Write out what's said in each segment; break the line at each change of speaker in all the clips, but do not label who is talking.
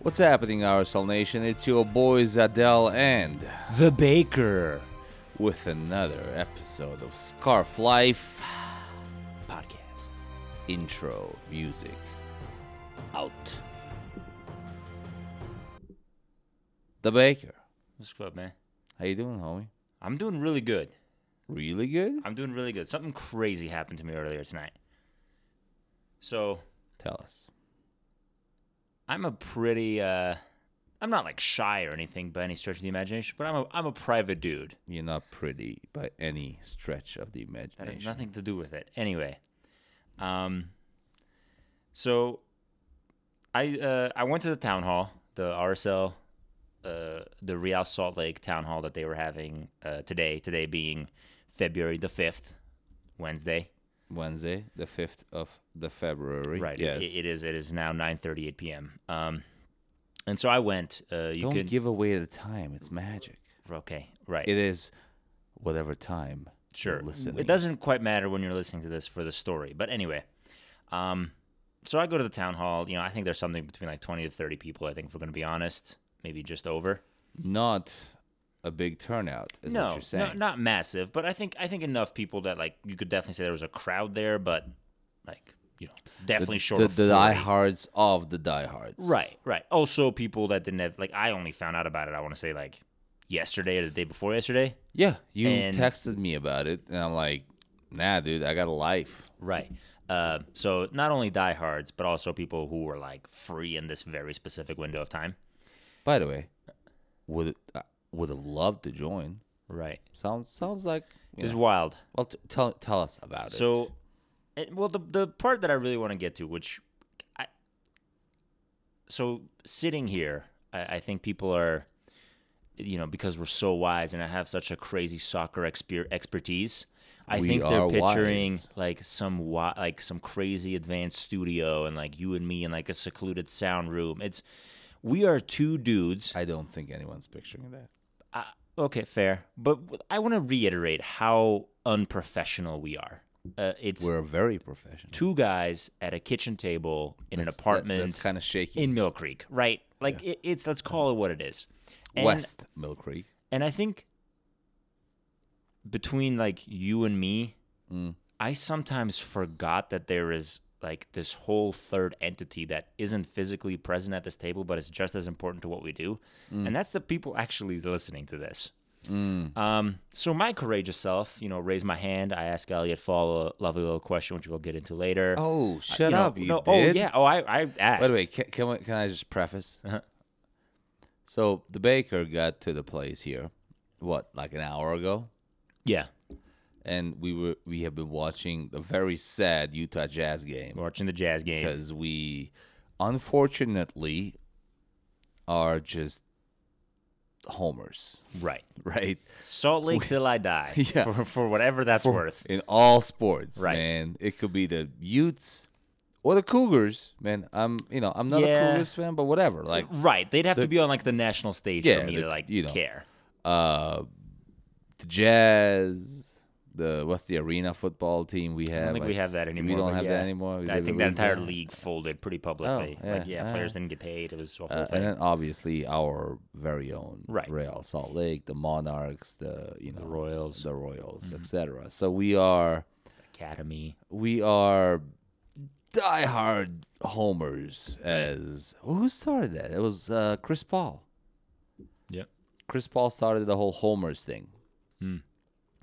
What's happening, RSL Nation? It's your boys Adele and
The Baker
with another episode of Scarf Life
Podcast.
intro music out. The Baker,
What's up, man?
how you doing, homie?
I'm doing really good.
Really good?
I'm doing really good. Something crazy happened to me earlier tonight. So
Tell us.
I'm a pretty, uh, I'm not like shy or anything by any stretch of the imagination, but I'm a, I'm a private dude.
You're not pretty by any stretch of the
That has
imagination.
nothing to do with it. Anyway, um, so I, uh, I went to the town hall, the RSL, uh, the Real Salt Lake town hall that they were having uh, today. Today being February the fifth, Wednesday.
Wednesday, the fifth of the February.
Right.
Yes.
It, it is. It is now 9:38 p.m. Um, and so I went. Uh, you
Don't
could
give away the time. It's magic.
okay, right?
It is whatever time.
sure.
Listen.
It doesn't quite matter when you're listening to this for the story, but anyway. Um, so I go to the town hall. You know, I think there's something between like 20 to 30 people. I think if we're going to be honest, maybe just over.
Not a big turnout, is
no,
what you're saying.
no, not massive, but I think I think enough people that like you could definitely say there was a crowd there, but like you know, definitely short
the,
of
the
40.
diehards of the diehards.
Right, right. Also, people that didn't have like I only found out about it. I want to say like yesterday or the day before yesterday.
Yeah, you
And-
texted me about it, and I'm like, nah, dude, I got a life.
Right. Uh, so not only diehards, but also people who were like free in this very specific window of time.
By the way, would I would have loved to join.
Right.
Sounds sounds like
It
you
was
know.
wild.
well. T- tell tell us about it.
So, it, well, the the part that I really want to get to, which I, so sitting here, I, I think people are, you know, because we're so wise and I have such a crazy soccer exper- expertise. I
We
think they're
are
picturing
wise.
like some wi- like some crazy advanced studio and like you and me in like a secluded sound room. It's we are two dudes
I don't think anyone's picturing that.
uh, okay, fair. But w- I want to reiterate how unprofessional we are. Uh, it's
We're very professional.
two guys at a kitchen table in an
That's- that-
apartment
that's kind of shaky.
in Mill Creek, right? Like it, it's let's call it what it is. And,
West Mill Creek.
and I think between like you and me,
Mm.
I sometimes forgot that there is like this whole third entity that isn't physically present at this table, but is just as important to what we do.
Mm.
And that's the people actually listening to this. Um, so my courageous self, you know, raised my hand. I asked Elliot Fall a lovely little question, which we'll get into later.
Oh, shut
know,
up! You
Uh, no,
did.
Oh yeah. Oh, I, I asked.
By the way, can can, we, can I just preface?
Uh-huh.
So the baker got to the place here, what like an hour ago,
yeah,
and we were we have been watching a very sad Utah Jazz game
we're watching the jazz game.
because we unfortunately are just homers,
Right.
right?
Salt Lake till I die.
Yeah.
For, for whatever that's worth.
in all sports,
Right.
man. It could be the Utes or the Cougars, man. I'm you know I'm not a
Yeah.
Cougars fan, but whatever. Like
Right. They'd have to be on like the national stage
Yeah,
for me
the-
to like
you know.
care.
uh, the Jazz, the what's the arena football team we have?
I don't think we have that anymore.
We don't
but
have
yeah.
that anymore.
I
Did
think
we
that
lose Oh,
entire league folded pretty publicly.
yeah,
like, yeah,
yeah.
players didn't get paid. It was a whole
Uh,
thing.
and then obviously our very own
Right.
Real Salt Lake, the Monarchs, the you know
the Royals, Mm-hmm.
the Royals, etc. So we are
Academy.
we are diehard homers. As who started that? It was uh, Chris Paul.
Yep.
Chris Paul started the whole homers thing.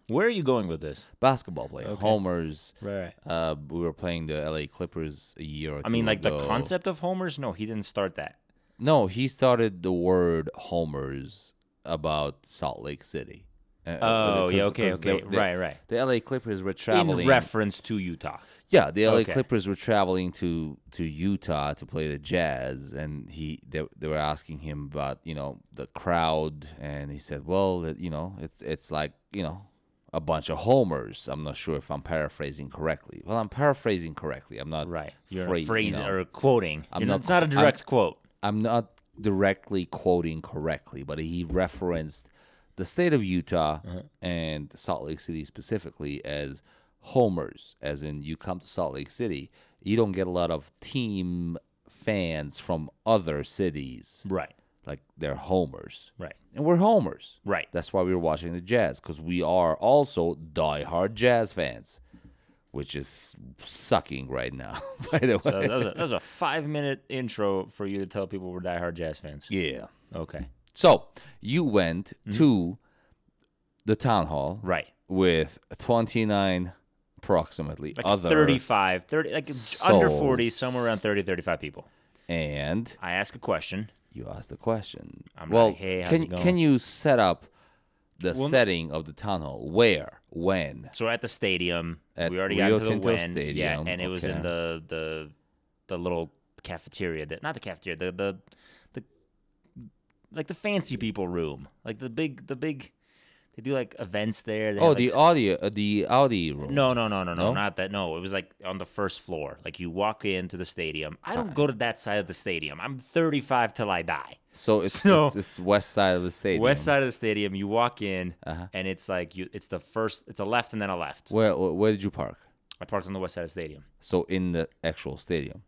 Where are you going with this?
Basketball player, homers.
Right.
Uh, we were playing the LA Clippers a year or two
I mean, like the
ago.
concept of homers? No, he didn't start that.
No, he started the word homers about Salt Lake City. Uh,
Oh, yeah,
'cause-
okay,
'cause the-
okay.
the-
right, right.
The LA Clippers were traveling.
In reference to Utah.
yeah, the LA
Okay.
Clippers were traveling to, to Utah to play the Jazz, and he they, they were asking him about you know the crowd, and he said, well, it, you know, it's it's like you know a bunch of homers. I'm not sure if I'm paraphrasing correctly. Well, I'm paraphrasing correctly. I'm not
Right. You're
phrase- you
phrasing
know.
or quoting.
I'm
You know,
not-
it's not a
I'm-
direct quote.
I'm not directly quoting correctly, but he referenced the state of Utah
Uh-huh.
and Salt Lake City specifically as homers, as in you come to Salt Lake City, you don't get a lot of team fans from other cities.
Right.
Like they're homers.
Right.
And we're homers.
Right.
That's why we were watching the Jazz because we are also diehard Jazz fans, which is sucking right now. By the way,
So that was a, that was a five minute intro for you to tell people we're diehard jazz fans.
yeah.
Okay.
So you went
Mm-hmm.
to the town hall
Right.
with twenty nine, approximately
Like
other
35, 30, like under 40,
Souls.
somewhere around 30, 35 people.
and
I ask a question.
you asked the question.
I'm
well,
like, "Hey, how's
can
it going?"
can you set up the
Well,
setting of the town hall? Where, when?
So we're at the stadium.
At
we already
Rio
got to the
Tinto
win. Yeah,
Stadium,
and it was in
okay.
the the the little cafeteria that not the cafeteria, the the the like the fancy people room. Like the big the big they do like events there. They
Oh,
have,
the
like,
audio, uh, the Audi room.
no, no, no, no, no,
No?
not that. No, it was like on the first floor. Like you walk into the stadium. I don't go to that side of the stadium. I'm 35 till I die.
So it's,
So-
it's it's west side of the stadium. Uh-huh.
West side of the stadium. You walk in, and it's like you. It's the first. It's a left and then a left.
Where where where did you park?
I parked on the west side of the stadium.
So in the actual stadium.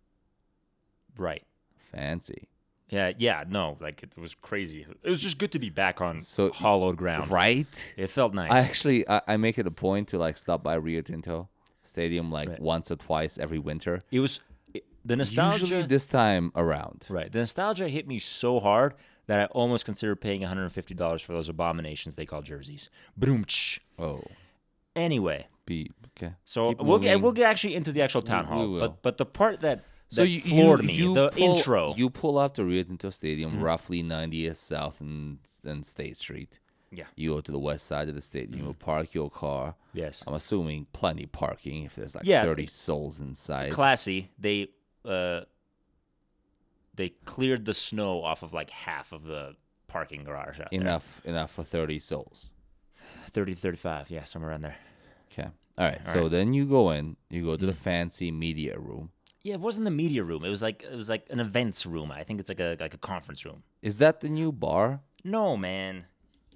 Right.
Fancy.
Yeah, yeah, no, like it was crazy. It was just good to be back on
So-
hollowed ground.
Right.
It felt nice.
I actually I, I make it a point to like stop by Rio Tinto Stadium like
Right.
once or twice every winter.
it was it- the nostalgia.
Usually this time around.
right, the nostalgia hit me so hard that I almost considered paying one hundred and fifty dollars for those abominations they call jerseys. Broomch.
Oh,
Anyway,
be okay.
so
Keep
we'll get
moving.
we'll get actually into the actual town
We-
hall,
we will.
but but the part that that floored me, the
pull-
intro. Mm-hmm.
You pull up to Rio Tinto Stadium, roughly 90th South and, and State Street.
Yeah. Mm-hmm.
You go to the west side of the stadium. You park your car.
yes,
I'm assuming plenty parking if there's like
Yeah.
30 souls inside.
classy. They uh, they cleared the snow off of like half of the parking garage out there.
enough, enough for 30 souls.
30 to 35 yeah somewhere around there
Okay. All right. so then you go in. You go
Mm.
to the fancy media room.
yeah it wasn't the media room it was like it was like an events room i think it's like a like a conference room
Is that the new bar?
no man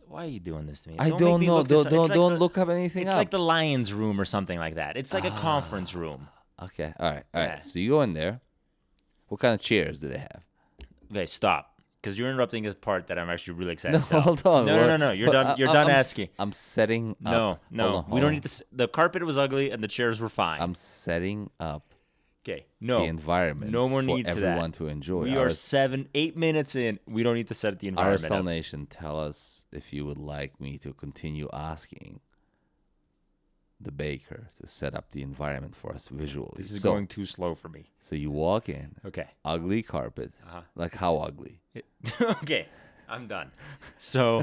why are you doing this to me
I
make
don't
me
know.
look this
Don't
up.
don't,
It's like
don't
the-
look up anything
it's
up. Ah.
like the lions room or something like that it's like a conference room
okay. All right. All right.
Yeah.
So you go in there. What kind of chairs do they have?
okay stop because you're interrupting this part that i'm actually really excited
No,
about.
hold on.
no no
we're-
no no you're
but
done
I-
you're
I-
done
I'm s-
asking
I'm setting up.
no no
Hold on,
we
hold
don't
on.
need to s- the carpet was ugly and the chairs were fine
I'm setting up
okay
the
no
environment
no more
for
need to that.
everyone to enjoy.
we
Our-
are seven eight minutes in we don't need to set the environment
RSL
up.
Nation, tell us if you would like me to continue asking the baker to set up the environment for us visually.
This is
so,
going too slow for me.
so you walk in,
Okay.
ugly carpet.
Uh-huh.
Like how ugly?
okay. I'm done. So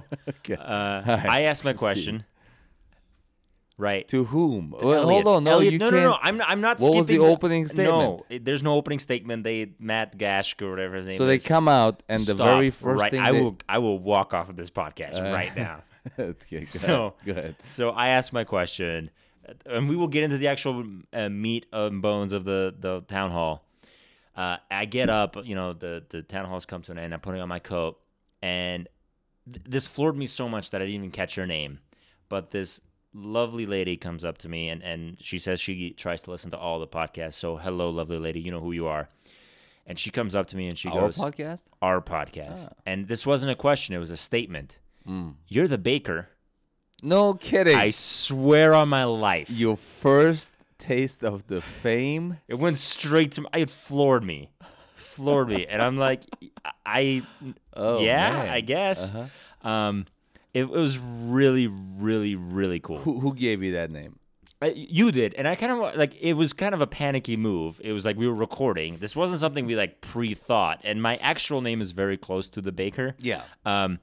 uh, I asked my question. Right.
To whom? Well,
Elliot.
hold on, no,
Elliot,
you
no,
can't.
no, no. I'm not, I'm not
What
skipping.
was the opening statement?
No, it- there's no opening statement. They Matt Gashk or whatever his name
So
is.
they come out, and the
Stop.
very first
right.
thing Uh,
I
they-
will I will walk off of this podcast right now.
okay, go
So
ahead, go ahead.
So I asked my question, uh, and we will get into the actual uh, meat and bones of the the town hall. Uh, I get up, you know, the the town hall's come to an end. I'm putting on my coat, and th- this floored me so much that I didn't even catch her name. But this lovely lady comes up to me, and and she says she tries to listen to all the podcasts. So hello, lovely lady, you know who you are. And she comes up to me and she
Our
goes,
podcast.
"Our podcast." And this wasn't a question; it was a statement.
Mm.
You're the baker.
No kidding.
I swear on my life.
Your first taste of the fame.
It went straight to my, it floored me. Floored me. And I'm like, I,
Oh,
yeah,
man. Uh-huh.
I guess. Um, it, it was really, really, really cool.
Who, who gave you that name?
Uh, You did. And I kind of like, it was kind of a panicky move. It was like we were recording. This wasn't something we like pre thought. And my actual name is very close to the baker.
Yeah.
Um,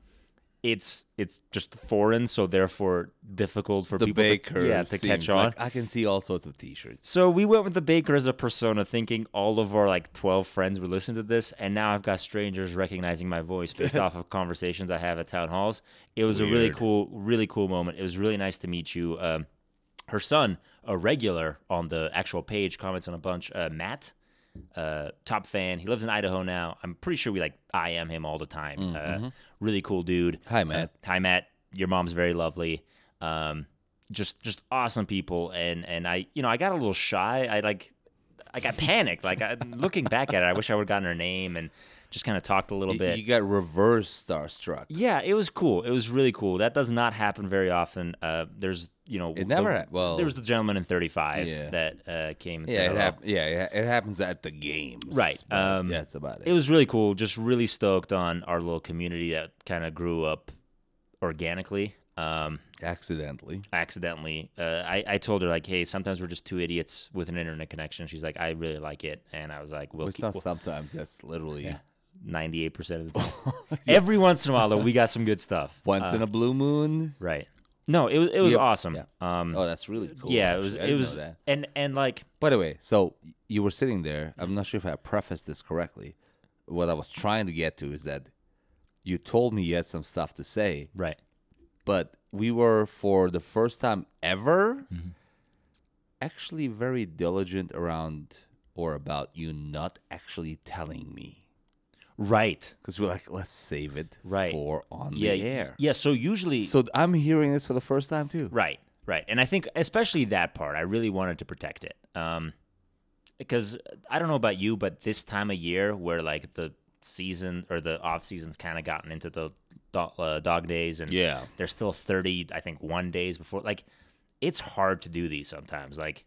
it's it's just foreign, so therefore difficult for
The
people
baker.
to, yeah, to
seems
catch on.
like- I can see all sorts of T-shirts.
So we went with the baker as a persona, thinking all of our like 12 friends would listen to this. And now I've got strangers recognizing my voice based off of conversations I have at town halls. It was a really
Weird.
cool, really cool moment. It was really nice to meet you. Um, her son, a regular on the actual page, comments on a bunch. Uh, Matt, uh, top fan. He lives in Idaho now. I'm pretty sure we like I am him all the time. Uh, really cool dude.
Mm, mm-hmm. Hi, Matt.
Uh, hi Matt. Your mom's very lovely. Um, just just awesome people. And and I you know I got a little shy. I like like I panicked. Like I, looking back at it, I wish I would have gotten her name and just kind of talked a little
You-
bit.
You got reverse starstruck.
yeah, it was cool. It was really cool. That does not happen very often. Uh, there's you know
It never
the-
hap- well-
there was the gentleman in 35
Yeah.
that uh, came. And said
Yeah, it
hello.
hap- yeah, it ha- it happens at the games.
Right,
but
um,
that's about it.
It was really cool. Just really stoked on our little community that kind of grew up organically. Um,
Accidentally.
accidentally, uh, I, I told her like, hey, sometimes we're just two idiots with an internet connection. She's like, I really like it, and I was like, well,
It's not sometimes. That's literally
ninety eight percent of the time. Every once in a while, though, we got some good stuff.
once in a blue moon.
Right? No, it was it was
Yeah,
awesome.
yeah.
Um,
Oh, that's really cool.
yeah, it
actually.
was
I
it
didn't
was,
know that.
and and like,
By the way, so you were sitting there.
Mm.
I'm not sure if I prefaced this correctly. What I was trying to get to is that you told me you had some stuff to say,
right?
but we were for the first time ever
Mm-hmm.
actually very diligent around or about you not actually telling me
Right.
because we're like let's save it
Right.
for on
Yeah.
the air
Yeah. So usually,
so i'm hearing this for the first time too
Right, right. And I think especially that part, I really wanted to protect it. Um because I don't know about you, but this time of year where like the season or the off season's kind of gotten into the do- uh, dog days and
yeah
there's still 30 I think 1 days before like it's hard to do these sometimes. Like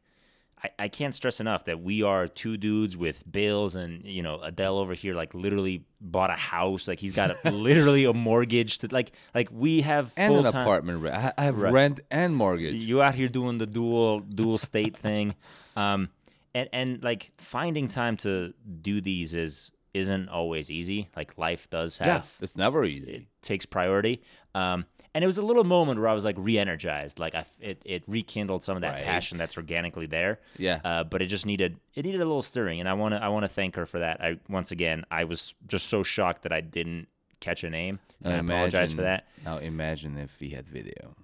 I, I can't stress enough that we are two dudes with bills and you know Adele over here like literally bought a house like he's got a, literally a mortgage to like like we have
and an
full-time-
apartment rent I, I have rent and mortgage
you out here doing the dual dual state thing um and and like finding time to do these is isn't always easy like life does have
yeah it's never easy
takes priority um and it was a little moment where i was like re-energized like i f- it, it rekindled some of that
Right.
passion that's organically there
Yeah.
uh, but it just needed it needed a little stirring and i want to i want to thank her for that i once again i was just so shocked that i didn't catch a name and i apologize for
imagine-
that
Now imagine if he had video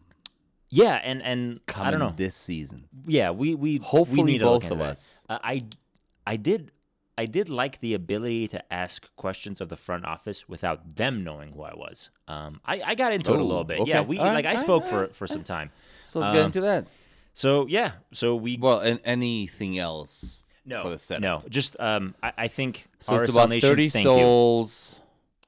yeah and and
coming
i don't know
this season.
yeah, we we
Hopefully
we need to look
both of
into that.
us.
Uh, I I did I did like the ability to ask questions of the front office without them knowing who I was. Um, I, I got into it a
Oh,
little bit. Yeah,
okay.
we
All right,
like I
all right,
spoke
all
for
right,
for some time.
So let's
Um,
get into that.
So yeah, so we
Well, and anything else
no
for the setup?
no just um I, I think
So
RSL
it's about
Nation,
thirty
thank
souls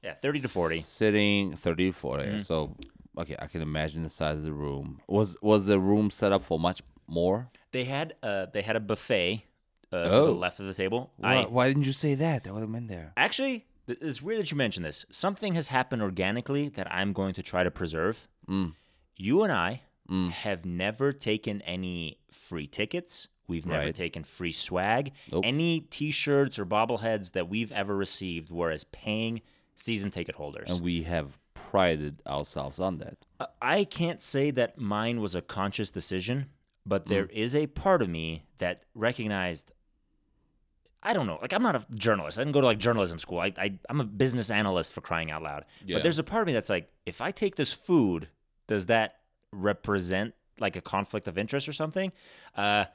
you. Yeah, thirty to forty. Mm-hmm.
sitting. Thirty to 40 So okay, I can imagine the size of the room. Was was the room set up for much more?
They had uh they had a buffet uh, to
Oh.
the left of the table.
why,
I
why didn't you say that? That would have been there.
Actually, th- it's weird that you mentioned this. Something has happened organically that I'm going to try to preserve.
Mm.
You and I have never taken any free tickets. We've never
Right.
taken free swag.
Nope.
Any T-shirts or bobbleheads that we've ever received were as paying season ticket holders.
And we have prided ourselves on that.
I- I can't say that mine was a conscious decision, but there is a part of me that recognized. I don't know. Like, I'm not a journalist. I didn't go to like journalism school. I, I I'm a business analyst for crying out loud.
Yeah.
But there's a part of me that's like, if I take this food, does that represent like a conflict of interest or something? Uh,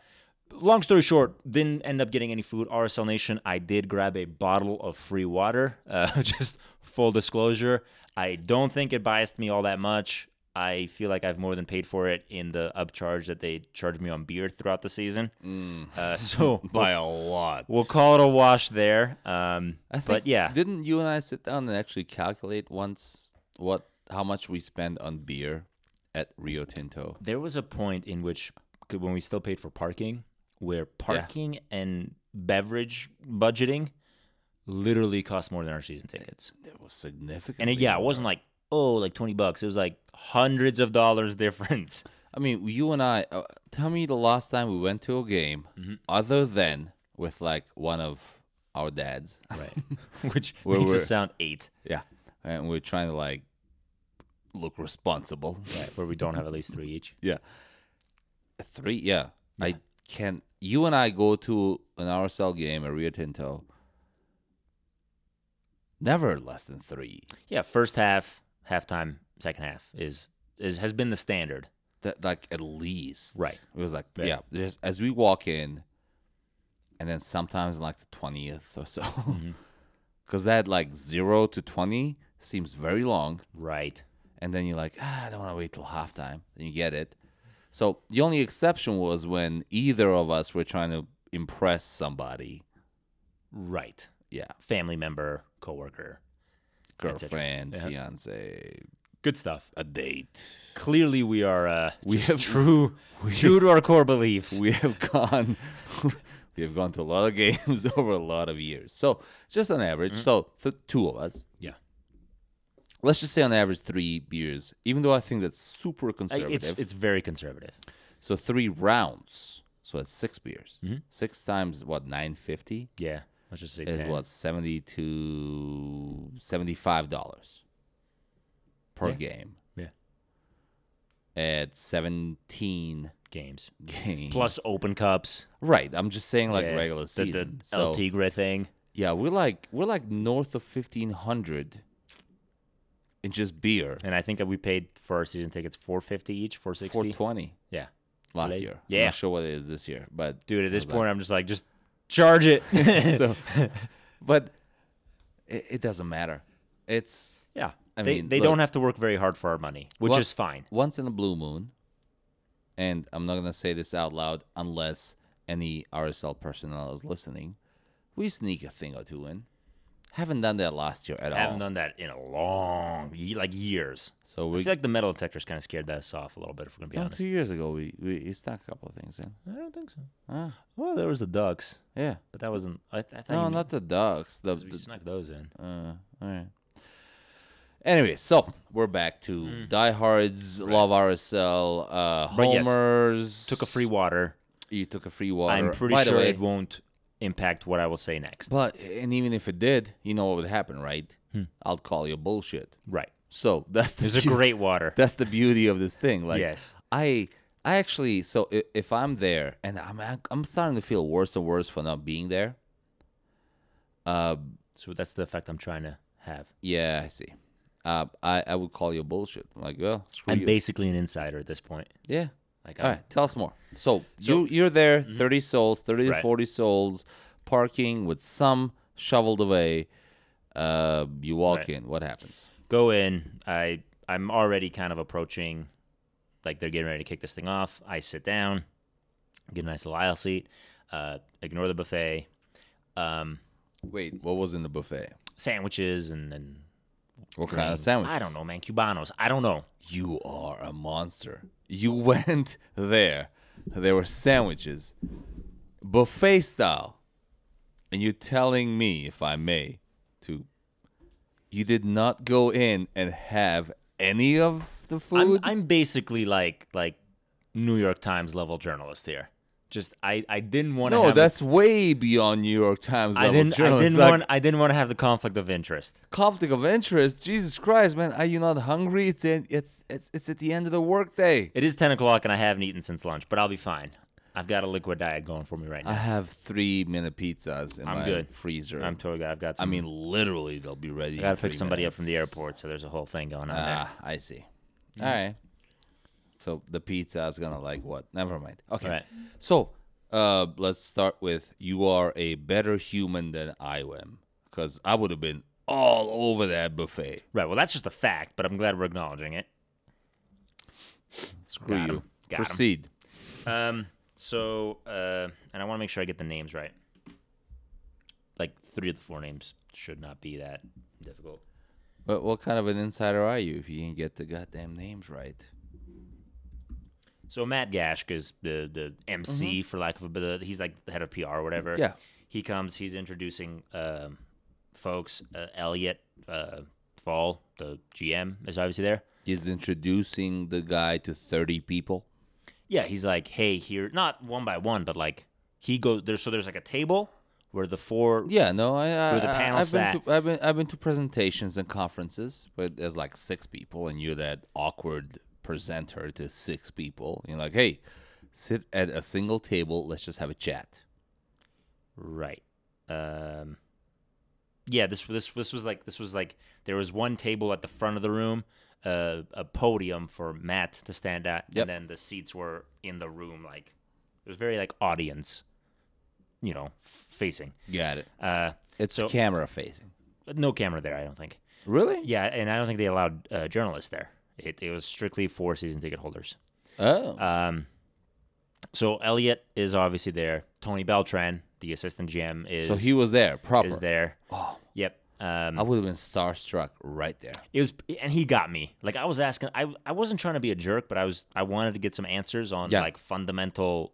long story short, didn't end up getting any food. RSL Nation, I did grab a bottle of free water. Uh, just full disclosure, I don't think it biased me all that much. I feel like I've more than paid for it in the upcharge that they charged me on beer throughout the season.
Mm.
Uh, so
By a lot.
we'll call it a wash there. Um,
I think,
but yeah,
Didn't you and I sit down and actually calculate once what how much we spend on beer at Rio Tinto?
there was a point in which c- when we still paid for parking where parking and beverage budgeting literally cost more than our season tickets
It was significant.
and it, yeah it wasn't like oh like 20 bucks it was like hundreds of dollars difference
I mean, you and I. Uh, tell me the last time we went to a game, other than with like one of our dads.
right which
Where
makes
we're-
us sound eight
yeah, and we're trying to like look responsible.
right where we don't have at least three each
yeah, three. Yeah, I can. You and I go to an RSL game, a Rio Tinto. Never less than three.
yeah first half halftime second half is is has been the standard
That like at least
Right.
It was like
Right.
yeah, just as we walk in, and then sometimes like the twentieth or so,
Mm-hmm.
because that like zero to twenty seems very long,
right
and then you're like ah, I don't want to wait till halftime, then you get it. So the only exception was when either of us were trying to impress somebody.
Right.
Yeah,
Family member, coworker. cetera.
girlfriend,
Yeah.
fiance,
Good stuff.
a date.
Clearly, we are uh,
We
just
have-
true, true to our core beliefs.
We have gone, we have gone to a lot of games over a lot of years. So just on average,
Mm-hmm.
so th- two of us.
yeah.
Let's just say on average three beers. Even though I think that's super
Like,
conservative.
it's it's very conservative.
so three rounds. So it's six beers.
Mm-hmm.
Six times what nine fifty
Yeah. Let's just say
is
10.
what seventy to seventy five dollars per
Yeah.
game
Yeah.
at seventeen
Games.
games.
Plus open cups.
right. I'm just saying like
yeah,
regular
the-
season.
The,
so
El Tigre thing.
yeah, we're like we're like north of fifteen hundred in just beer.
And I think that we paid for our season tickets 450 each, 460.
Four twenty
Yeah.
last
Late.
year. I'm
Yeah.
not sure what it is this year, but
Dude, at
I
this
was like,
point, I'm just like, just charge it.
so but it, it doesn't matter it's
yeah.
I
they
mean,
they
look-
don't have to work very hard for our money, which
Well-
is fine.
once in a blue moon and i'm not going to say this out loud unless any rsl personnel is listening we sneak a thing or two in haven't done that last year at
I haven't
all
done that in a long, ye- like years.
so
I
we
feel like the metal detectors kind of scared us off a little bit, if we're going to be
no,
honest.
two years ago we, we we stuck a couple of things in
I don't think so.
Ah.
Well, there was the ducks,
yeah
but that wasn't. I, th- I thought
no
you meant-
not the ducks the,
we
the-
snuck those in.
uh, all right Anyway, so we're back to diehards, love RSL, uh,
Mm. But yes,
homers.
Took a free water.
you took a free water.
I'm pretty
By the
sure
way,
it won't impact what I will say next.
But and even if it did, you know what would happen, right? I'll call you bullshit.
Right.
So that's the
It was Hmm. a
beau-
great water.
that's the beauty of this thing. Like
Yes.
I I actually so if, if I'm there and I'm ac- I'm starting to feel worse and worse for not being there. Uh,
So that's the effect I'm trying to have.
yeah, I see. Uh, I I would call you bullshit. I'm like, well, screw
I'm
you.
basically an insider at this point.
yeah.
Like,
All
I'm-
right, tell us more. So, you you're there, thirty souls, thirty to
Right.
forty souls, parking with some shoveled away. Uh, you walk
Right.
in. What happens?
go in. I I'm already kind of approaching, like they're getting ready to kick this thing off. I sit down, get a nice little aisle seat. Uh, ignore the buffet, um,
Wait, what was in the buffet?
sandwiches, and then
What kind of sandwich?
I don't know, man. Cubanos. I don't know.
You are a monster. You went there. There were sandwiches, buffet style, and you're telling me, if I may, to you did not go in and have any of the
I'm,
food.
I'm basically like like New York Times level journalist here. Just I I didn't want to.
no,
have
that's way beyond New York Times
I
level
didn't. I
journalist.
didn't
Like,
want. I didn't want to have the conflict of interest.
conflict of interest. Jesus Christ, man, are you not hungry? It's in, it's it's it's at the end of the workday.
It is ten o'clock, and I haven't eaten since lunch, but I'll be fine. I've got a liquid diet going for me right now.
I have three minute pizzas in
I'm
my
good.
freezer.
I'm totally good. I've got.
I
Some,
mean, literally, they'll be ready.
I gotta pick somebody up from the airport, so there's a whole thing going on there.
Ah, I see. All right. So the pizza is gonna like what? Never mind. Okay.
Right.
So uh, let's start with you are a better human than I am because I would have been all over that buffet.
Right. Well, that's just a fact, but I'm glad we're acknowledging it.
Screw
Got 'em.
you.
Got 'em.
Proceed.
Um. So, uh, and I want to make sure I get the names right. Like three of the four names should not be that difficult.
But what kind of an insider are you if you can get the goddamn names right?
So Matt Gashk is the the MC for lack of a bit. He's like the head of PR or whatever.
Yeah.
He comes. He's introducing um, folks. Uh, Elliot uh, Fall, the GM, is obviously there.
He's introducing the guy to thirty people.
Yeah, he's like, hey, here, not one by one, but like he goes there. So there's like a table where the four.
Yeah, no, I, I
Where the
I-
panel
I've been
sat.
to I've been I've been to presentations and conferences, but there's like six people, and you're that awkward presenter to six people. You're like, hey, sit at a single table. Let's just have a chat.
Right. Um. Yeah, this this this was like this was like there was one table at the front of the room, uh, a podium for Matt to stand at,
Yep.
and then the seats were in the room. Like it was very like audience, you know, f- facing.
Got it.
Uh,
It's
So-
camera facing.
no camera there, I don't think.
Really?
Yeah, and I don't think they allowed uh,
Uh,
journalists there. It it was strictly for season ticket holders.
Oh,
Um, So Elliot is obviously there. Tony Beltran, the assistant GM, is
so he was there, proper.
is there. Oh. Yep. Um,
I would have been starstruck right there.
it was and he got me like i was asking i i wasn't trying to be a jerk but i was i wanted to get some answers on
Yeah.
like fundamental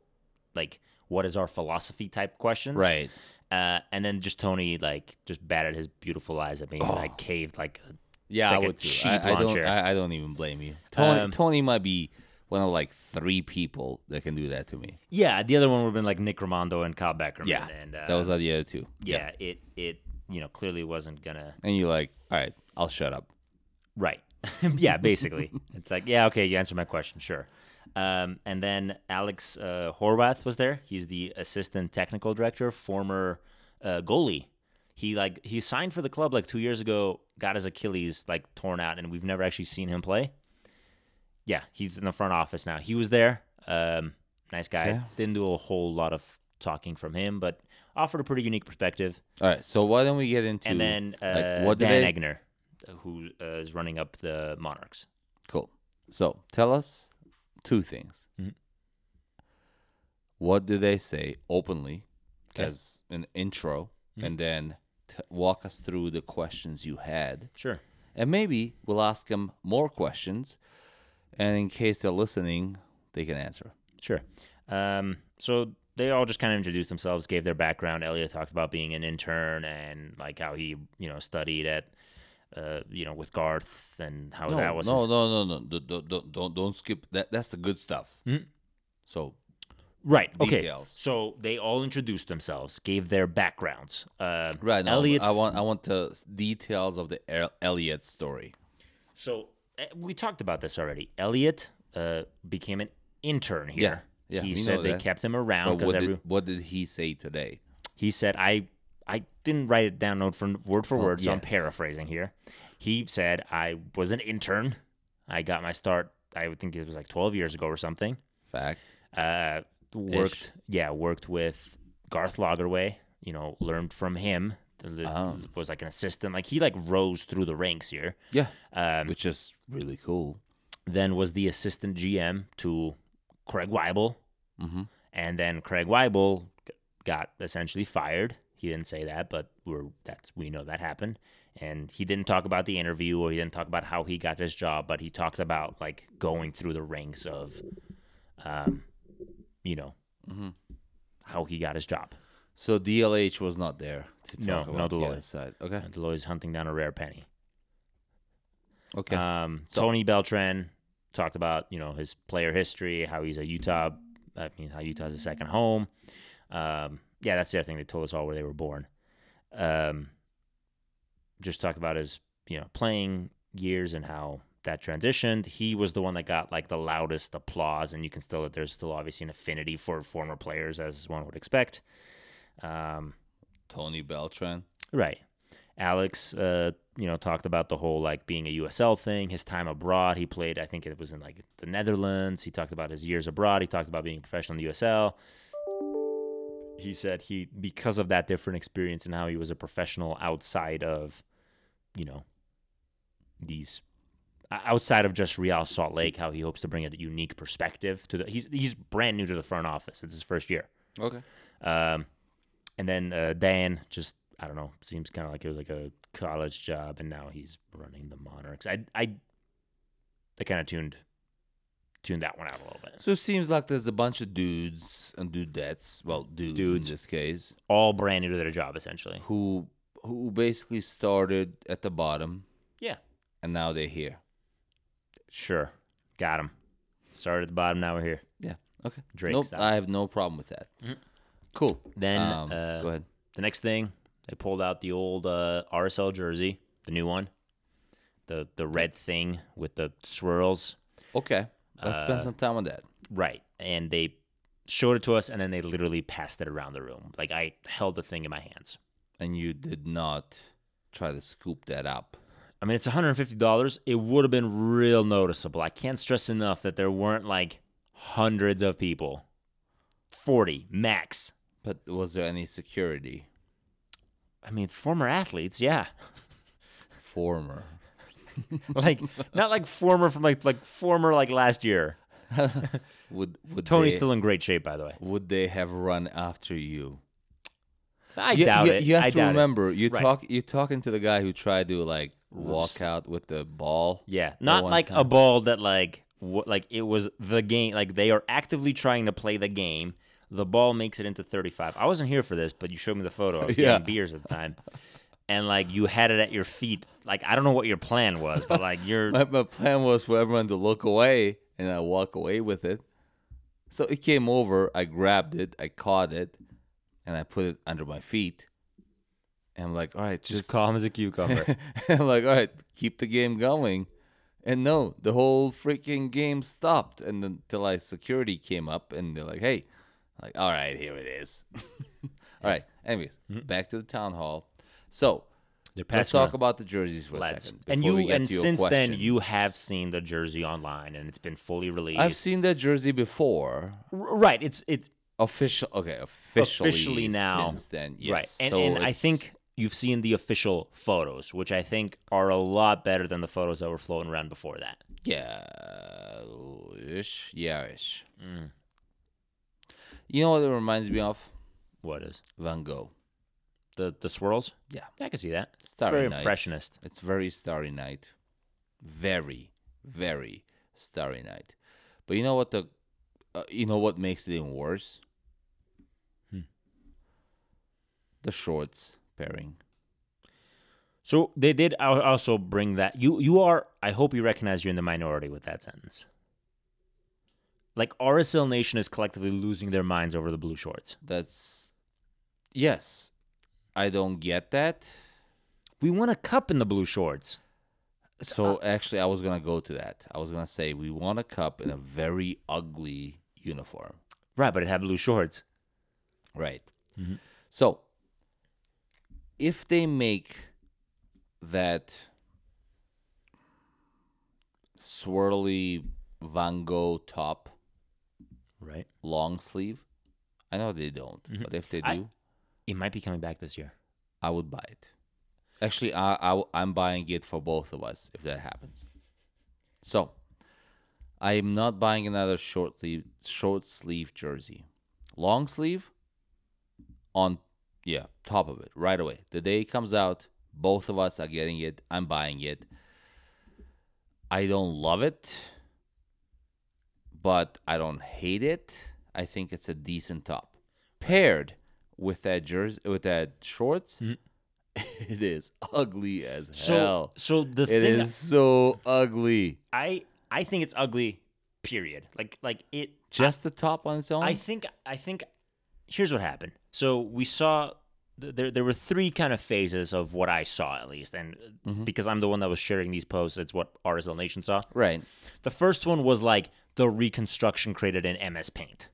like what is our philosophy type questions
Right.
uh and then just tony like just batted his beautiful eyes at me and
Oh.
i caved like
Yeah,
Like
I
a
would too.
cheap
I, I don't.
launcher.
I, I don't even blame you. Tony,
Um,
Tony might be one of like three people that can do that to me.
yeah the other one would have been like nick Romando and kyle beckerman
Yeah,
and uh,
that was the other two.
yeah, it it you know clearly wasn't gonna
and you're like, all right, I'll shut up.
Right. yeah, basically. it's like, yeah, okay, you answered my question, sure. Um, and then Alex uh, Horwath was there. He's the assistant technical director, former uh, goalie. He like he signed for the club like two years ago, got his Achilles like torn out, and we've never actually seen him play. Yeah, he's in the front office now. He was there. Um, nice guy.
Okay.
Didn't do a whole lot of talking from him, but offered a pretty unique perspective
All right, so why don't we get into
and then uh,
like, what do
Dan
they-
Egner, who uh, is running up the Monarchs.
cool. So tell us two things.
Mhm.
What do they say openly as an intro, and then t- walk us through the questions you had,
Sure.
and maybe we'll ask them more questions, and in case they're listening, they can answer.
Sure. Um, so they all just kind of introduced themselves, gave their background. Elliot talked about being an intern and like how he, you know, studied at, uh, you know, with Garth and how
No,
Oh, that was.
no,
his-
no, no, no, don't, don't, don't, don't skip that. That's the good stuff. So
Right. Okay.
Details.
So they all introduced themselves, gave their backgrounds. Uh,
right now,
Elliot.
I want, I want the s- details of the El- Elliot story.
So eh, we talked about this already. Elliot uh, became an intern here.
Yeah,
he
we
said
know
they
that.
kept him around
But
because
what
every.
did, what did he say today?
he said i i didn't write it down note for word for word so i'm
Oh, yes.
paraphrasing here he said i was an intern i got my start i would think it was like 12 years ago or something
Fact.
uh worked yeah worked with garth lagerway you know learned from him The- the-
Oh.
was like an assistant like he like rose through the ranks here
Yeah.
um
Which is really cool.
then was the assistant gm to craig weibel
hmm
and then Craig Weibel g- got essentially fired. He didn't say that, but we're that's we know that happened. And he didn't talk about the interview or he didn't talk about how he got this job, but he talked about like going through the ranks of, um, you know,
Mhm.
how he got his job.
So DLH was not there to
No,
talk
not
about
at all.
the other side. Okay.
And Deloitte's hunting down a rare penny.
Okay.
Um,
So-
Tony Beltran talked about you know his player history, how he's a Utah. I mean, how Utah's a second home. Um, yeah, that's the other thing they told us all where they were born. Um, just talked about his you know playing years and how that transitioned. He was the one that got like the loudest applause, and you can still there's still obviously an affinity for former players as one would expect. Um,
Tony Beltran.
Right. Alex, uh, you know, talked about the whole like being a USL thing, his time abroad. He played, I think it was in like the Netherlands. He talked about his years abroad. He talked about being a professional in the USL. He said he, because of that different experience and how he was a professional outside of, you know, these, o- outside of just Real Salt Lake, how he hopes to bring a unique perspective to the, he's, he's brand new to the front office. It's his first year.
Okay.
Um, and then uh, Dan just I don't know seems kind of like it was like a college job, and now he's running the Monarchs. I I I kind of tuned tuned that one out a little bit.
So it seems like there's a bunch of dudes and dudettes, well, dudes,
Dudes.
in this case,
All brand new to their job essentially.
who who basically started at the bottom
Yeah,
and now they're here.
sure, got him. Started at the bottom, now we're here.
Yeah. Okay.
Drake
nope.
style. Mm-hmm.
I have no problem with that. Cool.
Then
Um,
uh,
go ahead.
the next thing they pulled out the old uh, RSL jersey, the new one, the the red thing with the swirls.
Okay. Let's spend some time on that.
Right. And they showed it to us and then they literally passed it around the room. Like I held the thing in my hands.
And you did not try to scoop that up.
I mean, it's $150. It would have been real noticeable. I can't stress enough that there weren't like hundreds of people. 40 max.
But was there any security?
I mean, former athletes, yeah.
Former.
Like not like former from like like former like last year.
would would
Tony's
they,
still in great shape, by the way.
would they have run after you?
I
you,
doubt
you,
it.
you have
I
to
doubt it.
remember you
Right.
talk you're talking to the guy who tried to like walk
Oops.
out with the ball.
Yeah,
that
not
one
like a
time.
ball that like w- like it was the game. Like they are actively trying to play the game. The ball makes it into 35. I wasn't here for this, but you showed me the photo. I was
Yeah.
getting beers at the time, and like you had it at your feet. Like I don't know what your plan was, but like you're
My, my plan was for everyone to look away and I walk away with it. So it came over, I grabbed it, I caught it, and I put it under my feet. And I'm like, all right,
just
just,
calm as a cucumber.
I'm like, all right, keep the game going. And no, the whole freaking game stopped and until I security came up and they're like, hey, I'm like, all right, here it is. all right. Anyways,
Mm-hmm.
back to the town hall. So
They're
let's
passing
talk
around.
about the jerseys for a
Lads.
second.
And
before we
you
get
and
to your
since then you
questions.
have seen the jersey online and it's been fully released.
I've seen that jersey before.
R- right, it's it's
Official, okay, officially,
Officially now.
Since then, yes.
Right. And,
So
and I
it's-
think you've seen the official photos, which I think are a lot better than the photos that were floating around before that.
yeah, ish, yeah, ish.
Mm.
You know what it reminds me of?
What is
Van Gogh.
the the swirls?
Yeah.
I can see that.
Starry
it's very
Night.
impressionist.
It's very Starry Night, very, very Starry Night. But you know what the, uh, you know what makes it even worse?
Hmm.
The shorts pairing.
So they did al- also bring that. You you are. I hope you recognize you're in the minority with that sentence. Like RSL Nation is collectively losing their minds over the blue shorts.
That's yes. I don't get that.
We won a cup in the blue shorts.
So actually, I was gonna go to that. I was gonna say we won a cup in a very ugly uniform,
Right, but it had blue shorts.
right? So if they make that swirly Van Gogh top
Right.
long sleeve, I know they don't, but if they do,
I- It might be coming back this year.
I would buy it. Actually, I, I I'm buying it for both of us if that happens. So, I am not buying another short sleeve short sleeve jersey. Long sleeve on yeah, top of it right away. The day it comes out, both of us are getting it. I'm buying it. I don't love it, but I don't hate it. I think it's a decent top. Paired with that jersey with that shorts, it is ugly as hell.
Mm-hmm. so the
It
thing
is so ugly.
I I think it's ugly. Period. Like like it.
Just the top on its own.
I think I think here's what happened. So we saw th- there there were three kind of phases of what I saw at least, and uh,
Mm-hmm.
because I'm the one that was sharing these posts, it's what RSL Nation saw.
right.
The first one was like the reconstruction created in MS Paint.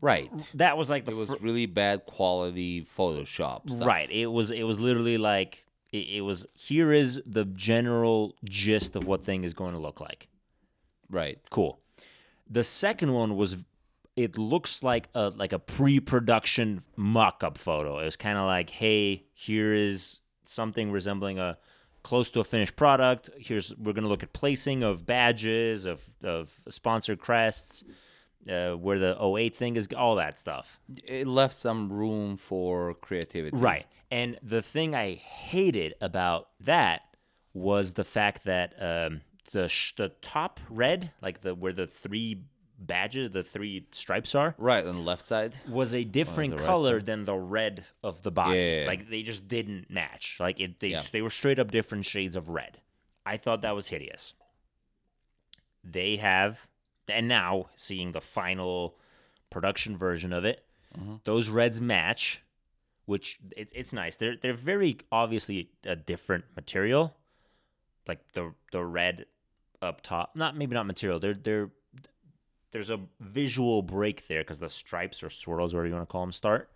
Right.
That was like the
It was
fir-
really bad quality Photoshop. Stuff.
Right. It was it was literally like it, it was here is the general gist of what thing is going to look like.
Right.
Cool. The second one was it looks like a like a pre-production mock-up photo. It was kind of like, hey, here is something resembling a close to a finished product. Here's we're gonna look at placing of badges of of sponsored crests, uh, where the 08 thing is, all that stuff.
It left some room for creativity.
Right. And the thing I hated about that was the fact that um, the sh- the top red, like the where the three badges, the three stripes are,
Right on the left side.
was a different
the right
color than the red of the body.
Yeah.
Like they just didn't match. Like it, they
Yeah.
just- they were straight up different shades of red. I thought that was hideous. They have, and now seeing the final production version of it,
Mm-hmm.
those reds match, which it's it's nice. They're they're very obviously a different material, like the the red up top. Not maybe not material. They're they're there's a visual break there because the stripes or swirls, whatever you want to call them, start.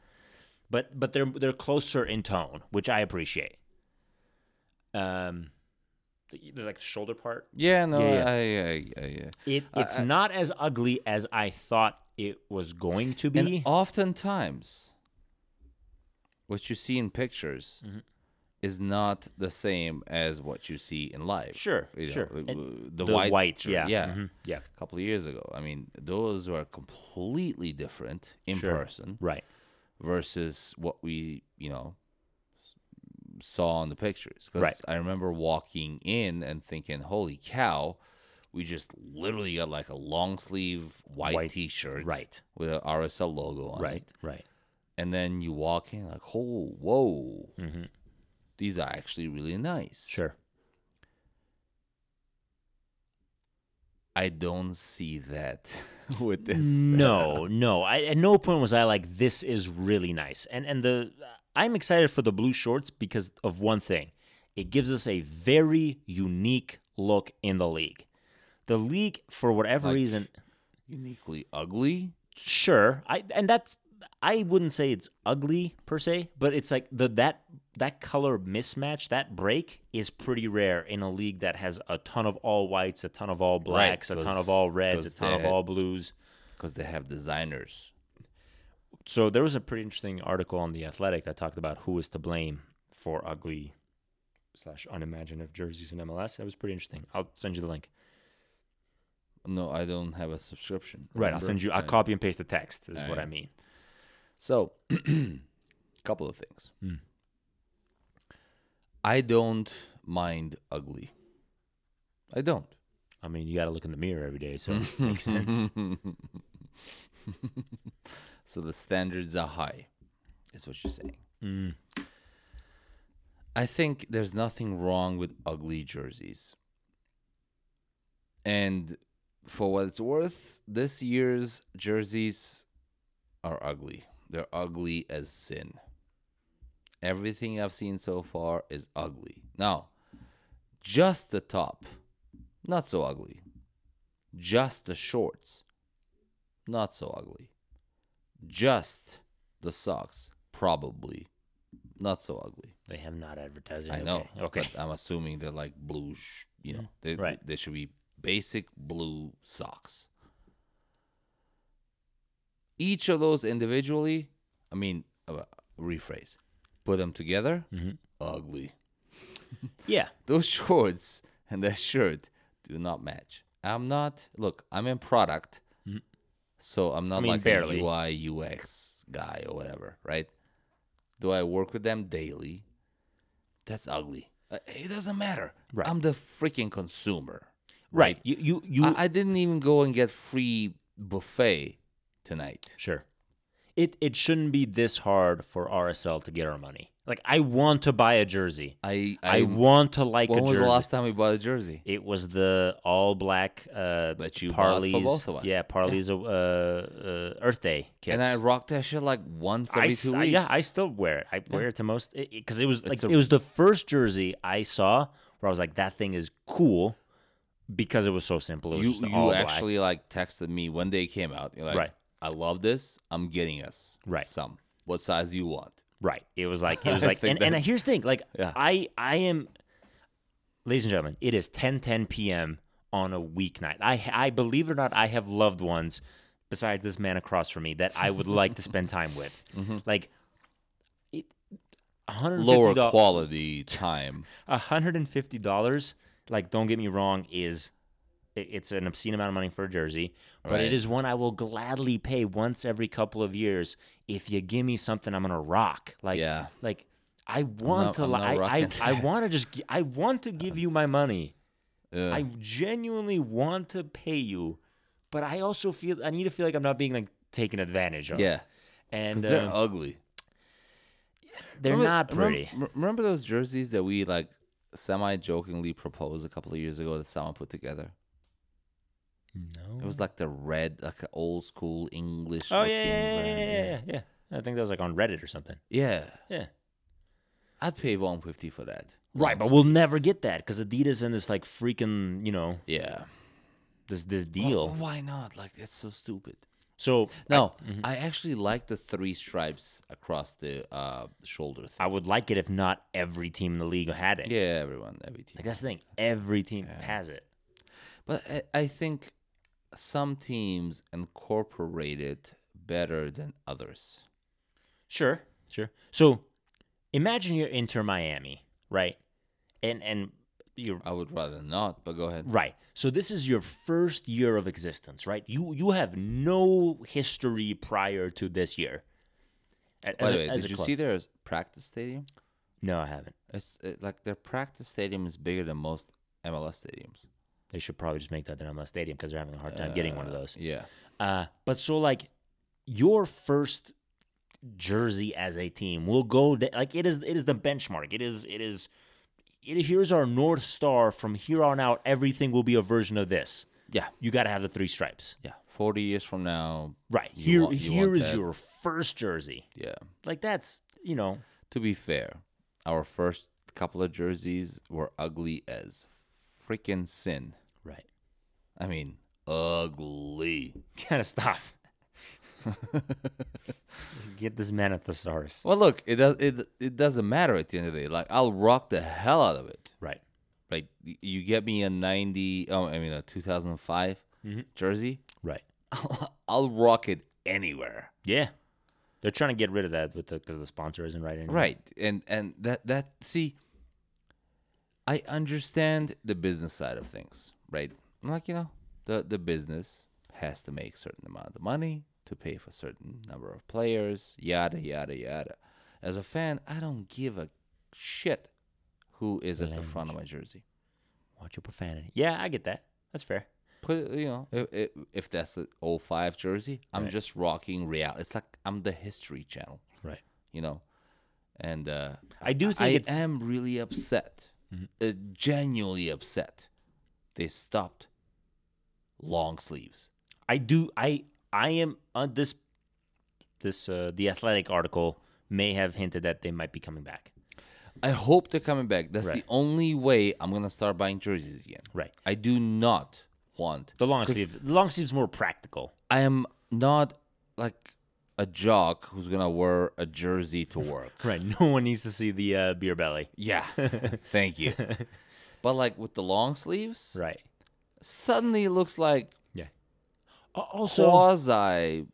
But but they're they're closer in tone, which I appreciate. Um, the, the, like shoulder part,
Yeah. No.
Yeah,
I, I, I, I,
it it's not as ugly as I thought it was going to
And
be. Mm-hmm.
oftentimes, what you see in pictures is not the same as what you see in live.
Sure,
you
sure.
uh,
And
the,
the
white,
white,
shirt,
yeah,
yeah.
mhm, yeah.
A couple of years ago, I mean, those were completely different in
Sure.
person
Right.
versus what we, you know, s- saw on the pictures. Because
Right.
I remember walking in and thinking, "Holy cow!" We just literally got like a long sleeve white,
White,
T-shirt,
right.
with an RSL logo on
Right.
it,
Right.
and then you walk in like, "Oh, whoa,
Mhm.
these are actually really nice."
Sure.
I don't see that with this.
No, no. I, at no point was I like, this is really nice. And and the I'm excited for the blue shorts because of one thing. It gives us a very unique look in the league. The league, for whatever
Like-
reason,
Uniquely ugly.
sure. I and that's I wouldn't say it's ugly per se, but it's like the that that color mismatch, that break is pretty rare in a league that has a ton of all whites, a ton of all blacks, a ton
'cause-
of all reds, a
'cause
ton of
they-
all blues.
because they have designers.
So there was a pretty interesting article on the Athletic that talked about who is to blame for ugly slash unimaginative jerseys in MLS. That was pretty interesting. I'll send you the link.
No, I don't have a subscription.
Right, I'll
remember?
send you. I'll
I-
copy and paste the text. Is what
Alright.
I mean.
So, couple of things.
Hmm.
I don't mind ugly. I don't.
I mean, you got to look in the mirror every day, so it makes sense.
So the standards are high, is what you're saying.
Mm,
I think there's nothing wrong with ugly jerseys. And for what it's worth, this year's jerseys are ugly. They're ugly as sin. Everything I've seen so far is ugly. Now, just the top, not so ugly. Just the shorts, not so ugly. Just the socks, probably not so ugly.
they have not advertised. it.
I
Okay,
know.
Okay.
but I'm assuming they're like blue, sh- you know, they,
Right.
they should be basic blue socks. Each of those individually, I mean, uh, rephrase, put them together,
Mm-hmm.
ugly.
Yeah.
Those shorts and that shirt do not match. I'm not, look, I'm in product, so I'm not
Mm. mean,
like
barely.
a UI, UX guy or whatever, right? Do I work with them daily? That's ugly. Uh, It doesn't matter.
Right.
I'm the freaking consumer.
Right. You. You. you
I, I didn't even go and get free buffet tonight.
Sure. It it shouldn't be this hard for RSL to get our money. Like I want to buy a jersey.
I
I,
I,
want to like
when
a
was
jersey.
the last time we bought a jersey?
It was the all black uh
That you bought for
Parley's,
both of us.
Yeah,
Yeah.
Parley's uh, uh, Earth Day kits.
And I rocked that shit like once
I
every
s-
two
I-
weeks.
yeah, I still wear it. I wear it to most because it was like
a-
it was the first jersey I saw where I was like, that thing is cool because it was so simple. It was
you
just
you
all black.
actually like texted me when they came out. You're like,
Right.
I love this. I'm getting us
Right.
some. What size do you want?
Right. It was like it was
I
like
think
and, and
that's-
here's the thing, like
Yeah.
I I am ladies and gentlemen, it is 10 10 p.m. on a weeknight. I I believe it or not, I have loved ones besides this man across from me that I would like to spend time with. Like it
Mm-hmm. Lower
$150
quality time.
$150 like don't get me wrong is i- it's an obscene amount of money for a jersey but it
Right.
is one i will gladly pay once every couple of years if you give me something i'm gonna rock like
Yeah.
like i want
not-
to
I'm
li-
not
i i,
rocking
I
that.
want to just gi- i want to give you my money
Yeah.
i genuinely want to pay you but i also feel i need to feel like i'm not being like taken advantage of
yeah.
and
'Cause they're
uh,
ugly.
they're
Remember-
not
remem-
pretty
m- Remember those jerseys that we like semi jokingly proposed a couple of years ago that someone put together?
no
It was like the red, like a old school English.
oh
looking
yeah yeah yeah,
brand,
yeah yeah yeah i think that was like on reddit or something
yeah.
yeah
I'd pay one fifty for that.
Right, but we'll never get that because Adidas and this like freaking you know
yeah.
this this
Well,
deal.
Why not? Like that's so stupid.
So
No,
Mm-hmm.
I actually like the three stripes across the uh, shoulder thing.
I would like it if not every team in the league had it.
yeah, everyone, every team.
Like that's the thing, every team has it.
But I, I think some teams incorporate it better than others.
Sure, sure. So imagine you're Inter Miami, right? And and you're
I would rather not, but go ahead.
Right. So this is your first year of existence, right? You you have no history prior to this year. A-
By
as
the
a-
way,
as
did
a
you
club.
see their practice stadium?
No, I haven't.
It's uh like their practice stadium is bigger than most MLS stadiums.
They should probably just make that an MLS stadium because they're having a hard time getting one of
Uh,
those.
Yeah.
Uh, but so like your first jersey as a team will go th- like it is it is the benchmark. It is it is it, here's our north star from here on out everything will be a version of this.
Yeah.
You got to have the three stripes.
Yeah. 40 years from now.
Right.
You
here
want- you
here
want
is
that.
your first jersey.
Yeah.
Like that's, you know,
To be fair, our first couple of jerseys were ugly as freaking sin.
Right.
I mean, ugly.
Gotta stop. Get this man a thesaurus.
Well, look, it does it it doesn't matter at the end of the day. Like I'll rock the hell out of it.
Right.
Like y- you get me a 90, oh, I mean a 2005 jersey,
Right.
I'll rock it anywhere.
Yeah. They're trying to get rid of that with the because the sponsor isn't right anymore.
Right. And and that that see I understand the business side of things, right? Like, you know, the the business has to make certain amount of money to pay for certain number of players, yada yada yada. As a fan, I don't give a shit who is at the front of my jersey.
Watch your profanity. Yeah, I get that. That's fair.
Put you know, if if, if that's an 05 jersey, I'm just rocking real. It's like I'm the history channel.
Right.
you know and uh
I do think
i
it's- Mm-hmm.
am really upset uh, genuinely upset they stopped long sleeves
I do I I am on this this uh the athletic article may have hinted that they might be coming back.
i hope they're coming back that's
Right.
the only way i'm gonna start buying jerseys again
Right.
i do not want
The long
'cause
sleeve the long sleeve's more practical.
i am not like a jock who's gonna wear a jersey to work
Right. No one needs to see the uh, beer belly.
yeah thank you but like with the long sleeves
Right.
suddenly it looks like
Yeah. Also
quasi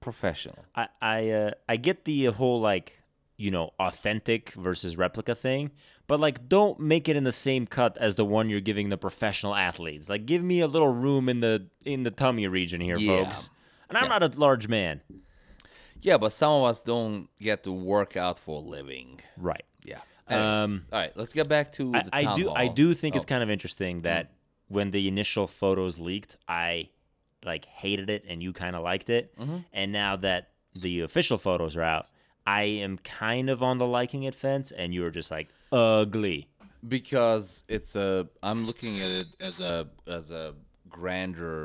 professional
I I uh, I get the whole like you know authentic versus replica thing, but like don't make it in the same cut as the one you're giving the professional athletes. Like give me a little room in the in the tummy region here,
Yeah.
folks. And I'm not a large man,
Yeah, but some of us don't get to work out for a living.
right?
Yeah. Anyways,
Um,
all right, let's get back to the
I, I
town
do I
hall.
do think it's
Oh,
kind of interesting that when the initial photos leaked, I like hated it and you kind of liked it,
Mm-hmm.
and now that the official photos are out. I am kind of on the liking it fence, and you're just like ugly.
because it's a. I'm looking at it as a as a grander.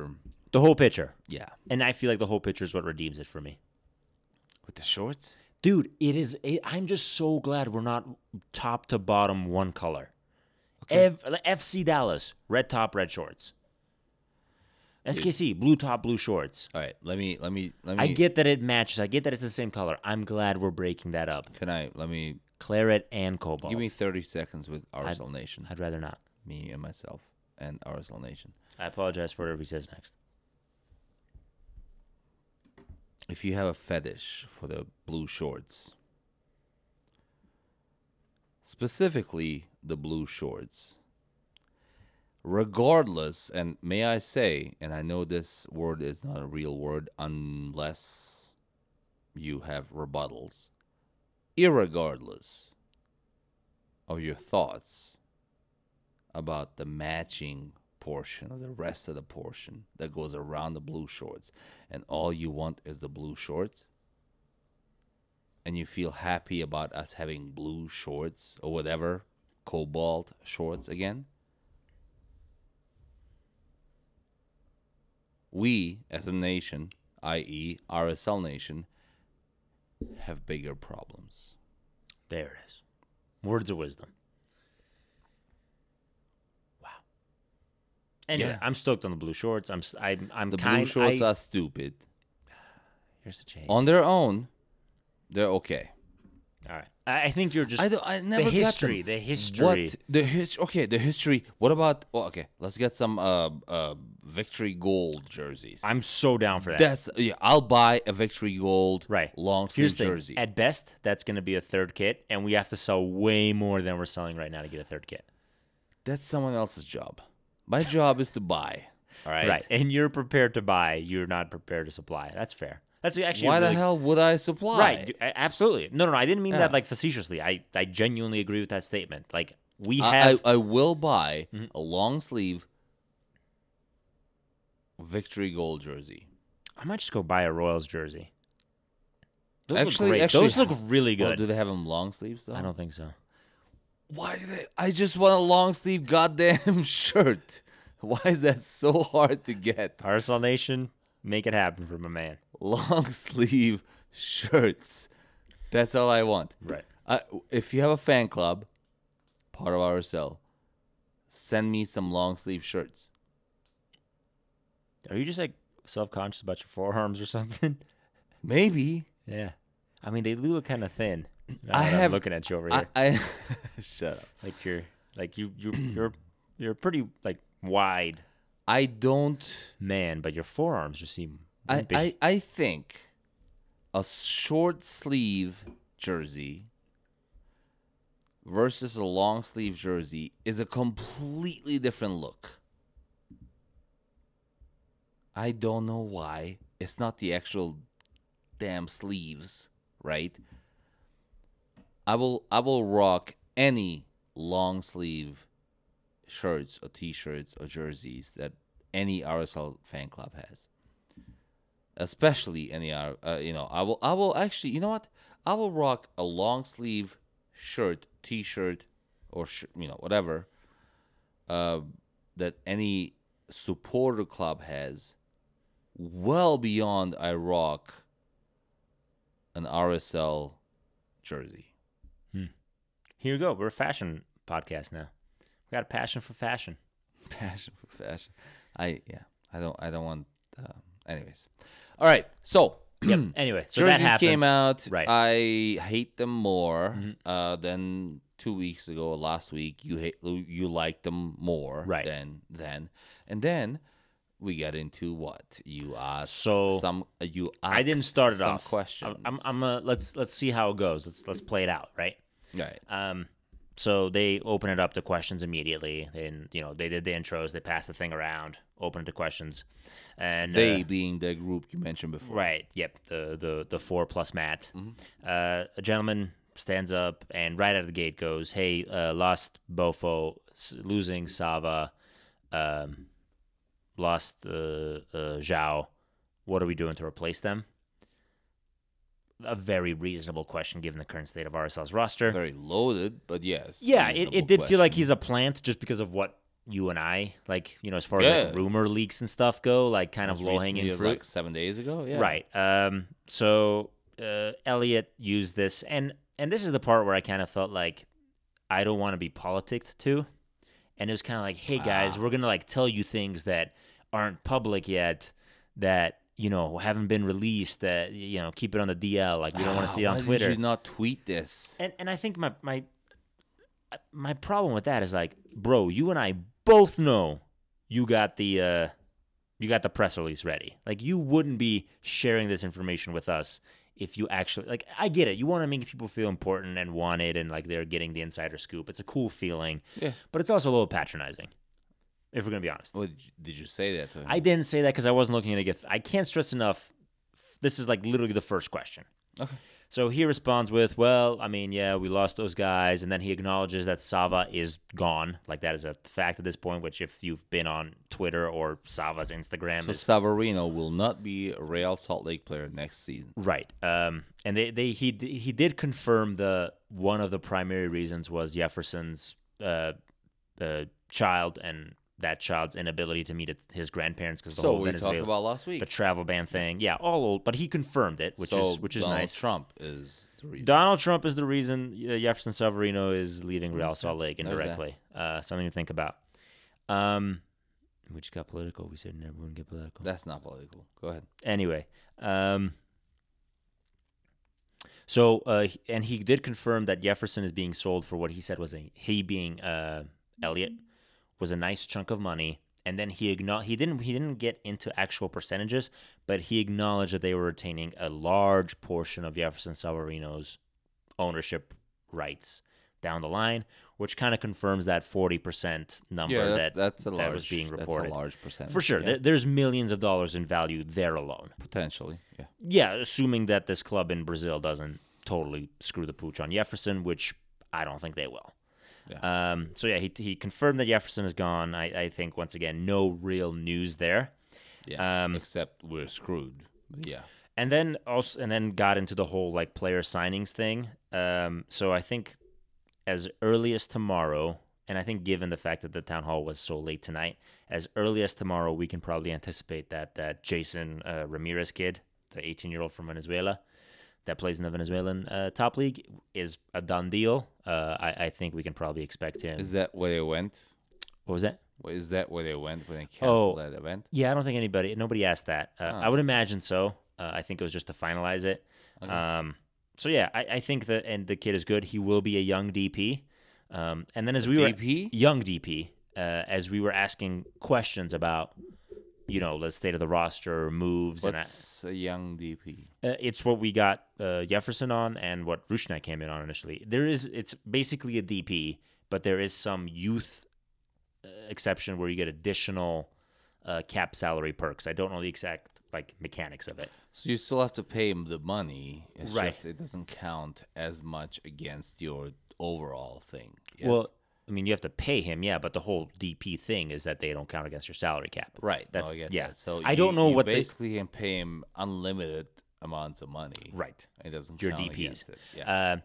The whole picture.
Yeah.
And I feel like the whole picture is what redeems it for me.
With the shorts.
Dude, it is. It, I'm just so glad we're not top to bottom one color. F, FC Dallas, red top, red shorts. SKC, blue top, blue shorts.
All right. Let me let me let me.
I get that it matches. I get that it's the same color. I'm glad we're breaking that up.
Can I? Let me.
Claret and cobalt.
Give me 30 seconds with Arsenal Nation.
I'd rather not.
me and myself and Arsenal Nation.
I apologize for whatever he says next.
If you have a fetish for the blue shorts, specifically the blue shorts, regardless, and may I say, and I know this word is not a real word unless you have rebuttals, irregardless of your thoughts about the matching portion or the rest of the portion that goes around the blue shorts and all you want is the blue shorts and you feel happy about us having blue shorts or whatever cobalt shorts again we as a nation i.e. RSL nation have bigger problems
There it is. Words of wisdom. Wow. Anyway,
Yeah.
I'm stoked on the blue shorts. I'm s- I'm I'm
the
kind.
blue shorts
I,
are stupid
here's the change.
on their own, they're okay.
All right. I, I think you're just.
I don't. I never
the
got them.
history. The history.
What the his? Okay, the history. What about? Well, okay, let's get some uh uh victory gold jerseys.
I'm so down for that.
That's yeah. I'll buy a victory gold
right.
long sleeve
Here's the thing.
jersey.
At best, that's going to be a third kit, and we have to sell way more than we're selling right now to get a third kit.
That's someone else's job. My job is to buy. All right.
Right. And you're prepared to buy. You're not prepared to supply. That's fair. That's actually a
Why
really-
the hell would I supply?
Right. d- a- Absolutely. No, no, no. I didn't mean
Yeah.
that like facetiously. I, I genuinely agree with that statement. Like we
I,
have
Uh,
Mm-hmm.
I, I will buy a long sleeve victory gold jersey.
I might just go buy a Royals jersey.
Those
actually, those look really
Oh,
good.
do they have them long sleeves though?
I don't think so.
Why do they? I just want a long sleeve goddamn shirt. Why is that so hard to get?
Parcel Nation, make it happen for my man.
Long sleeve shirts. That's all I want.
Right.
I, if you have a fan club, part of our cell, send me some long sleeve shirts.
Are you just like self conscious about your forearms or something?
Maybe
yeah. I mean, they do look kind of thin. Now
I
that I'm
have-
looking at you over
I,
here.
I shut up.
Like you're like you you you're you're pretty like wide
I don't.
man, but your forearms just seem
I,
wimpy.
I, I think a short sleeve jersey versus a long sleeve jersey is a completely different look. I don't know why. It's not the actual damn sleeves, right? I will I will rock any long sleeve shirts or t-shirts or jerseys that any RSL fan club has especially any uh, uh, you know i will i will actually you know what i will rock a long sleeve shirt t-shirt or sh- you know whatever uh, that any supporter club has well beyond i rock an rsl jersey
Here you go. We're a fashion podcast now. We got a passion for fashion.
fashion for fashion i yeah i don't i don't want uh, anyways all right so
yep. Anyway, so
jerseys
that happens.
came out.
Right. Mm-hmm.
I hate them more uh, than two weeks ago. Last week, you hate you liked them more.
Right.
Than then, and then we get into what you asked.
So,
some uh, you. Asked
I didn't start it
some
off.
Questions.
I'm, I'm, I'm uh, let's let's see how it goes. Let's let's play it out, right?
right.
Um, so they open it up to questions immediately, and you know they did the intros, they passed the thing around, opened it to questions, and
they
uh,
being the group you mentioned before.
right, yep, the the the four plus Matt,
Mm-hmm.
uh, a gentleman stands up and right out of the gate goes, "Hey, uh, lost Bofo, s- losing Sava, um, lost uh, uh, Zhao. What are we doing to replace them?" A very reasonable question given the current state of RSL's roster.
Very loaded, but yes.
Yeah, it,
reasonable
it did feel like
question.
he's a plant just because of what you and I like, you know, as far as like,
Yeah.
rumor leaks and stuff go, like kind
As
of low
recently
hanging
as,
fruit.
Like seven days ago. Oh, Yeah.
Right. Um so uh Elliot used this and and this is the part where I kind of felt like I don't want to be politicked too. And it was kind of like, "Hey
Ah.
guys, we're going to like tell you things that aren't public yet that you know, haven't been released. That you know, keep it on the DL. Like we don't want
Ah,
to see it
why
on Twitter.
Did you not tweet this?
And and I think my my my problem with that is like, bro, you and I both know you got the uh you got the press release ready. Like you wouldn't be sharing this information with us if you actually like I get it. You want to make people feel important and wanted and like they're getting the insider scoop. It's a cool feeling.
Yeah.
But it's also a little patronizing. If we're going to be honest.
Well, did you- did you say that to him?
I didn't say that because I wasn't looking to get. I can't stress enough. This is like literally the first question.
Okay.
So he responds with, "Well, I mean, yeah, we lost those guys," and then he acknowledges that Sava is gone. Like that is a fact at this point. Which, if you've been on Twitter or Sava's Instagram,
So
is
Savarino will not be a Real Salt Lake player next season.
Right. Um, and they, they he d- he did confirm the one of the primary reasons was Jefferson's uh, uh, child and that child's inability to meet it- his grandparents because the
So
whole
we talked
Venezuela
about last week.
the travel ban thing. Yeah, all old, but he confirmed it, which
So
is which is
Donald
nice.
Trump is the reason.
Donald Trump is the reason uh, Jefferson Severino is leaving Real Salt Lake
There's that.
indirectly. Uh, something to think about. Um, we just got political. We said never would get political
That's not political. Go ahead.
anyway um so uh he- and he did confirm that jefferson is being sold for what he said was a he being uh elliot was a nice chunk of money and then he acknowledged he didn't he didn't get into actual percentages, but he acknowledged that they were retaining a large portion of Jefferson Savarino's ownership rights down the line, which kind of confirms that forty percent number
Yeah,
that
that's, that's a large.
that was being reported.
That's a large percentage.
For sure,
yeah,
there- there's millions of dollars in value there alone.
potentially. Yeah.
Yeah, assuming that this club in Brazil doesn't totally screw the pooch on Jefferson, which I don't think they will. Um, so yeah, he, he confirmed that Jefferson is gone. I, I think once again, no real news there.
Yeah.
Um,
Except we're screwed. Yeah.
And then also, and then got into the whole like player signings thing. Um, so I think as early as tomorrow, and I think given the fact that the town hall was so late tonight, as early as tomorrow, we can probably anticipate that that Jason uh, Ramirez kid, the 18 year old from Venezuela, that plays in the Venezuelan uh, top league, is a done deal. Uh, I, I think we can probably expect him.
Is that where they went?
what was that?
Wh- Is that where they went when they canceled
Oh.
that event?
Yeah, I don't think anybody, nobody asked that. Uh, I would imagine so. Uh, I think it was just to finalize it. Um, so yeah, I, I think that and the kid is good. He will be a young DP. Um, and then as we were
DP?
young DP, uh, as we were asking questions about, you know, the state of the roster, moves, and I-
What's a young DP?
uh, it's what we got uh, Jefferson on and what Rushna came in on initially. There is it's basically a DP, but there is some youth uh, exception where you get additional uh, cap salary perks. I don't know the exact like mechanics of it.
So you still have to pay him the money. It's
Right.
just it doesn't count as much against your overall thing. Yes.
Well, I mean, you have to pay him, yeah, but the whole DP thing is that they don't count against your salary cap.
right.
That's
no, I get
yeah.
that. So
I don't
you-
know
you
what they
basically can pay him unlimited amounts of money.
right.
It doesn't
your
count
DPs.
against it. Yeah.
Uh,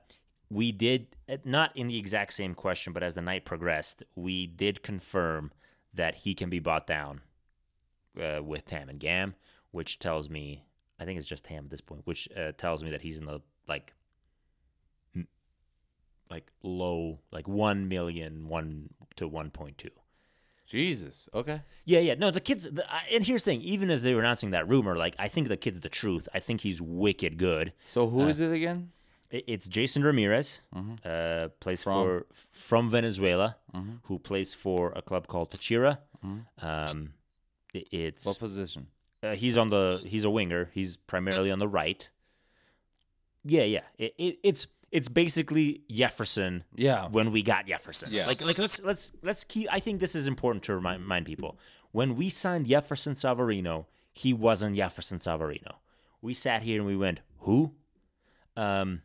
we did uh, not in the exact same question, but as the night progressed, we did confirm that he can be bought down uh, with Tam and Gam, which tells me I think it's just Tam at this point, which uh, tells me that he's in the like m- like low like one million one to one point two.
Jesus. Okay.
Yeah, yeah. No, the kids. The, I- and here's the thing: even as they were announcing that rumor, like I think the kid's the truth. I think he's wicked good.
So who is it again?
I- It's Jason Ramirez, uh, plays for from Venezuela, who plays for a club called Tachira. Um, i- it's
What position?
uh, he's on the he's a winger. He's primarily on the right. Yeah, yeah. It, it, it's it's basically Jefferson.
Yeah.
When we got Jefferson.
Yeah.
Like like let's let's let's keep. I think this is important to remind, remind people. When we signed Jefferson Savarino, he wasn't Jefferson Savarino. We sat here and we went, who? Um.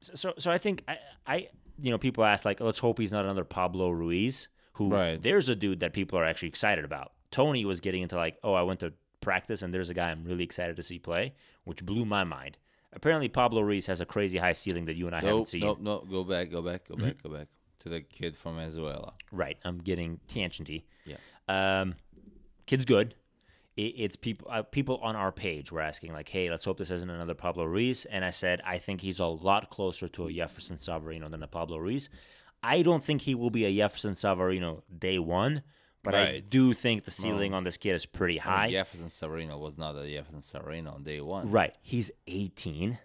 So so, so I think I I you know people ask like let's hope he's not another Pablo Ruiz who
Right.
there's a dude that people are actually excited about. Tony was getting into like, oh, I went to practice and there's a guy I'm really excited to see play, which blew my mind. Apparently, Pablo Ruiz has a crazy high ceiling that you and I haven't
Nope,
seen. Mm-hmm.
nope, nope. Go back, go back, go back, go back to the kid from Venezuela.
Right, I'm getting tangenty.
Yeah.
Um, kid's good. It, it's people uh, people on our page were asking like, hey, let's hope this isn't another Pablo Ruiz. And I said I think he's a lot closer to a Jefferson Savarino than a Pablo Ruiz. I don't think he will be a Jefferson Savarino day one, but I
Right.
do think the ceiling on this kid is pretty high.
Jefferson Savarino was not a Jefferson Savarino on day one.
Right. He's 18.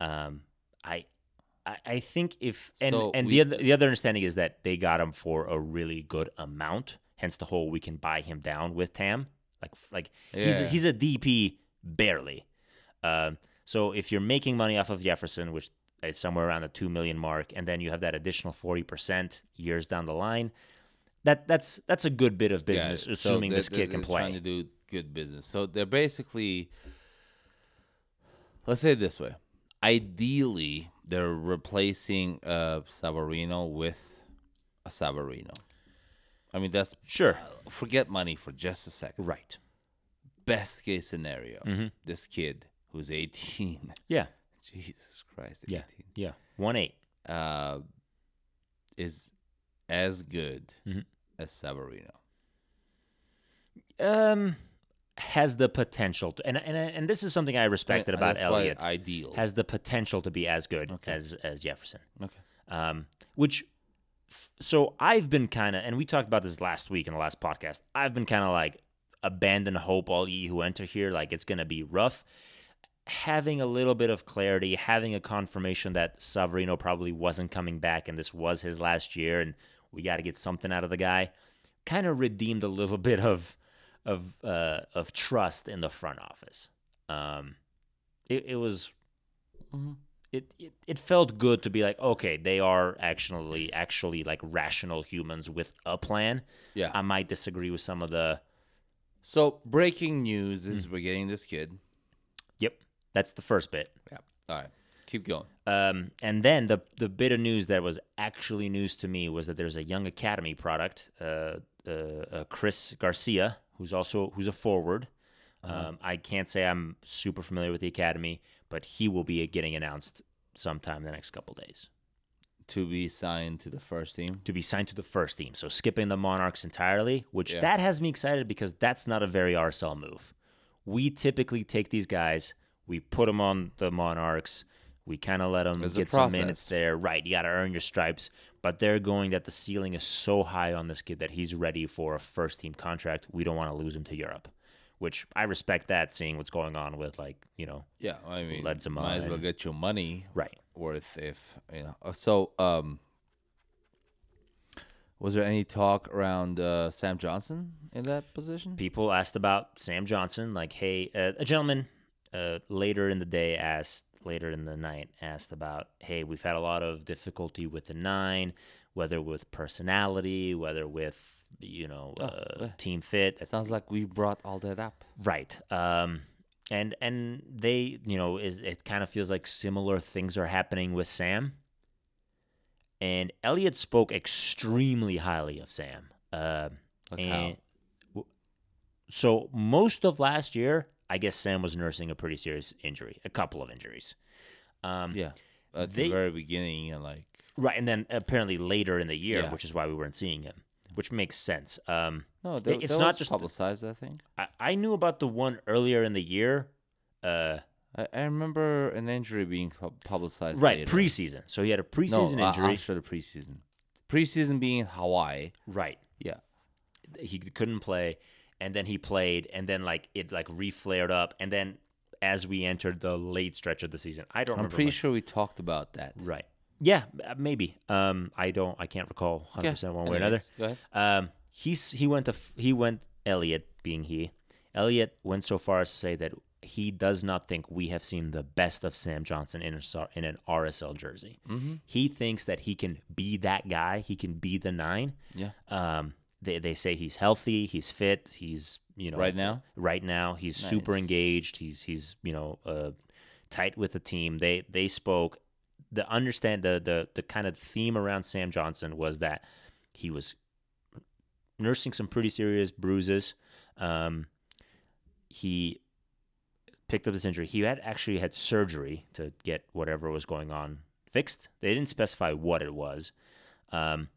Um, I, I, I think if and
So
and
we-
the other the other understanding is that they got him for a really good amount. Hence the whole we can buy him down with Tam. Like like he's a,
Yeah.
he's a DP barely. Um, so if you're making money off of Jefferson, which is somewhere around the two million mark, and then you have that additional forty percent years down the line. That, that's that's a good bit of
Yeah,
business,
so
assuming
they're-
this
they're-
kid can
they're
play.
Trying to do good business, so they're basically. Let's say it this way: ideally, they're replacing a Savarino with a Savarino. I mean, that's uh,
Sure,
forget money for just a second.
right?
Best case scenario:
Mm-hmm.
this kid who's eighteen.
Yeah,
Jesus Christ,
yeah,
eighteen.
yeah. One eight.
uh, is as good
Mhm.
as Savarino.
um has the potential to, and and and this is something I respected about
Uh, That's why
Elliott
Ideal.
has the potential to be as good as as Jefferson.
okay.
Um which f- so I've been kind of and we talked about this last week in the last podcast. I've been kind of like abandon hope all ye who enter here like it's going to be rough. Having a little bit of clarity, having a confirmation that Savarino probably wasn't coming back and this was his last year and we got to get something out of the guy kind of redeemed a little bit of of uh, of trust in the front office. Um, it, it was it, it it felt good to be like okay they are actually actually like rational humans with a plan.
Yeah.
I might disagree with some of the
so breaking news is we're getting this kid.
yep that's the first bit.
Yeah. All right. Keep going.
Um, and then the the bit of news that was actually news to me was that there's a Young Academy product, uh, uh, uh, Chris Garcia, who's also who's a forward. Um, I can't say I'm super familiar with the academy, but he will be getting announced sometime in the next couple days
To be signed to the first team.
to be signed to the first team. So skipping the Monarchs entirely, which
Yeah.
that has me excited because that's not a very RSL move. We typically take these guys, we put them on the Monarchs, we kind of let them
There's a
get some
process.
minutes there. Right, you got to earn your stripes. But they're going that the ceiling is so high on this kid that he's ready for a first team contract. We don't want to lose him to Europe, which I respect that. Seeing what's going on with like you know,
Yeah. I mean,
Let's him
might as well
on.
get your money
right?
worth if you know. Uh, So, um, was there any talk around uh, Sam Johnson in that position?
people asked about Sam Johnson. Like, hey, uh, a gentleman uh, later in the day asked, later in the night asked about, hey, we've had a lot of difficulty with the nine, whether with personality, whether with you know uh, team fit,
Sounds like we brought all that up.
right? Um, and and they, you know, is it kind of feels like similar things are happening with Sam. And Elliot spoke extremely highly of Sam. Um
Like how?
w- so most of last year, I guess Sam was nursing a pretty serious injury, a couple of injuries. Um,
Yeah. At
They-
the very beginning, and like,
Right, and then apparently later in the year,
Yeah.
which is why we weren't seeing him, which makes sense. Um,
no, there,
it's
there
not
was
just-
publicized. I think
I, I knew about the one earlier in the year. Uh,
I, I remember an injury being pub- publicized.
right,
later.
preseason. So he had a
no,
preseason
uh,
injury.
after the preseason. Preseason being Hawaii.
right,
Yeah.
he couldn't play, and then he played, and then like it like reflared up, and then as we entered the late stretch of the season, I don't.
I'm
remember
pretty
much-
sure we talked about that.
Right. Yeah, m- uh, maybe. Um, I don't. I can't recall 100 percent one way or another.
Anyways, go ahead.
Um, he's he went to f- he went Elliot being he. Elliot went so far as to say that he does not think we have seen the best of Sam Johnson in a, so- in an RSL jersey. He thinks that he can be that guy. He can be the nine.
Yeah.
Um, they they say he's healthy. He's fit. He's you know
Right now?
Right now, he's super
Nice.
engaged. He's he's you know uh, tight with the team. They they spoke. The understand the the the kind of theme around Sam Johnson was that he was nursing some pretty serious bruises. Um, he picked up this injury. He had actually had surgery to get whatever was going on fixed. They didn't specify what it was. Um,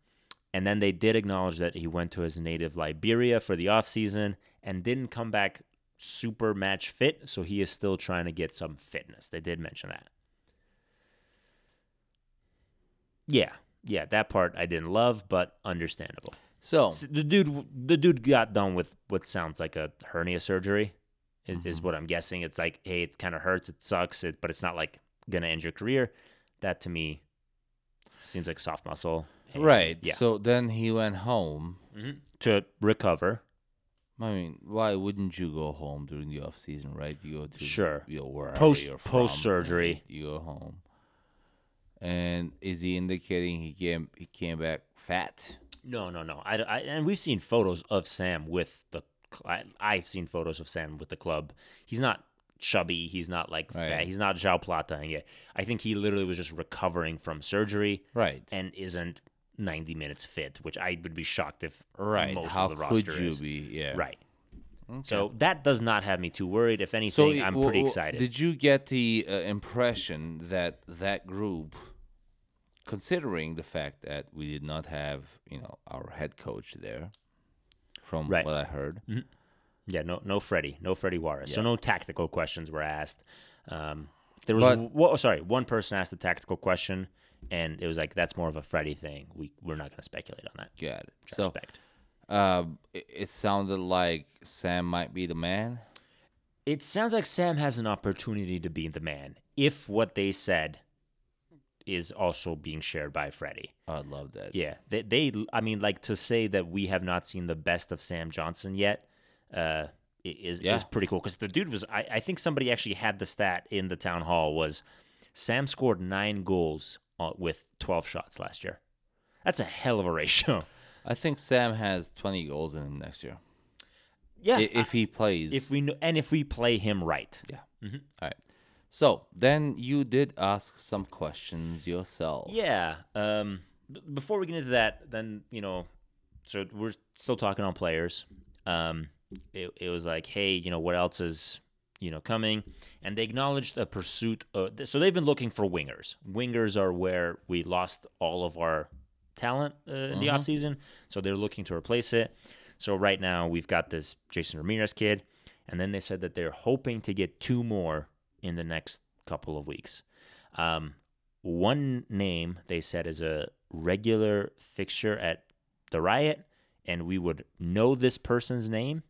and then they did acknowledge that he went to his native Liberia for the offseason and didn't come back super match fit. So he is still trying to get some fitness. They did mention that. Yeah. Yeah. That part I didn't love, but understandable.
So
S- the dude the dude got done with what sounds like a hernia surgery i- is,
Mm-hmm.
what i'm guessing it's like hey it kind of hurts it sucks it but it's not like gonna end your career that to me seems like soft muscle and-
right.
yeah
So then he went home.
Mhm. to recover
I mean, why wouldn't you go home during the off season, right? You go to
Sure.
You know, wherever
Post-
you're from,
post-surgery.
right? You go home. And is he indicating he came he came back fat?
no no no I, I- and we've seen photos of sam with the cl- I, have seen photos of sam with the club he's not chubby he's not like
Right.
fat he's not Zhao plata and yet i think he literally was just recovering from surgery
Right.
and isn't 90 minutes fit, which I would be shocked if
right.
most
How
of the
could
roster
you
is.
be? Yeah.
Right. So that does not have me too worried. If anything,
i-
I'm
w-
pretty
w-
excited.
Did you get the uh, impression that that group, considering the fact that we did not have you know our head coach there, from
Right. Mm-hmm.
what I heard,
yeah, no, no Freddie, no Freddie Juarez. So no tactical questions were asked. Um, there was,
But-
wo- oh, sorry, one person asked a tactical question, and it was like that's more of a Freddie thing. We we're not going to speculate on that.
got it.
I
So
respect.
um, it, it sounded like Sam might be the man.
It sounds like Sam has an opportunity to be the man if what they said is also being shared by Freddie.
I love that.
Yeah, they, they. I mean, like to say that we have not seen the best of Sam Johnson yet, uh, i- is
Yeah.
is pretty cool because the dude was. I, I think somebody actually had the stat in the town hall was Sam scored nine goals uh, with twelve shots last year. That's a hell of a ratio.
I think Sam has 20 goals in him next year
yeah,
I- if he plays.
if we Mm-hmm. know, and if we play him right,
yeah. All right. So then you did ask some questions yourself.
Yeah. Um, b- before we get into that, then you know, so we're still talking on players. Um, it, it was like, hey, you know, what else is you know coming? And they acknowledged a pursuit. Of, th- so they've been looking for wingers. Wingers are where we lost all of our talent uh, in the offseason. So they're looking to replace it. So right now we've got this Jason Ramirez kid, and then they said that they're hoping to get two more in the next couple of weeks. Um, one name they said is a regular fixture at the riot, and we would know this person's name,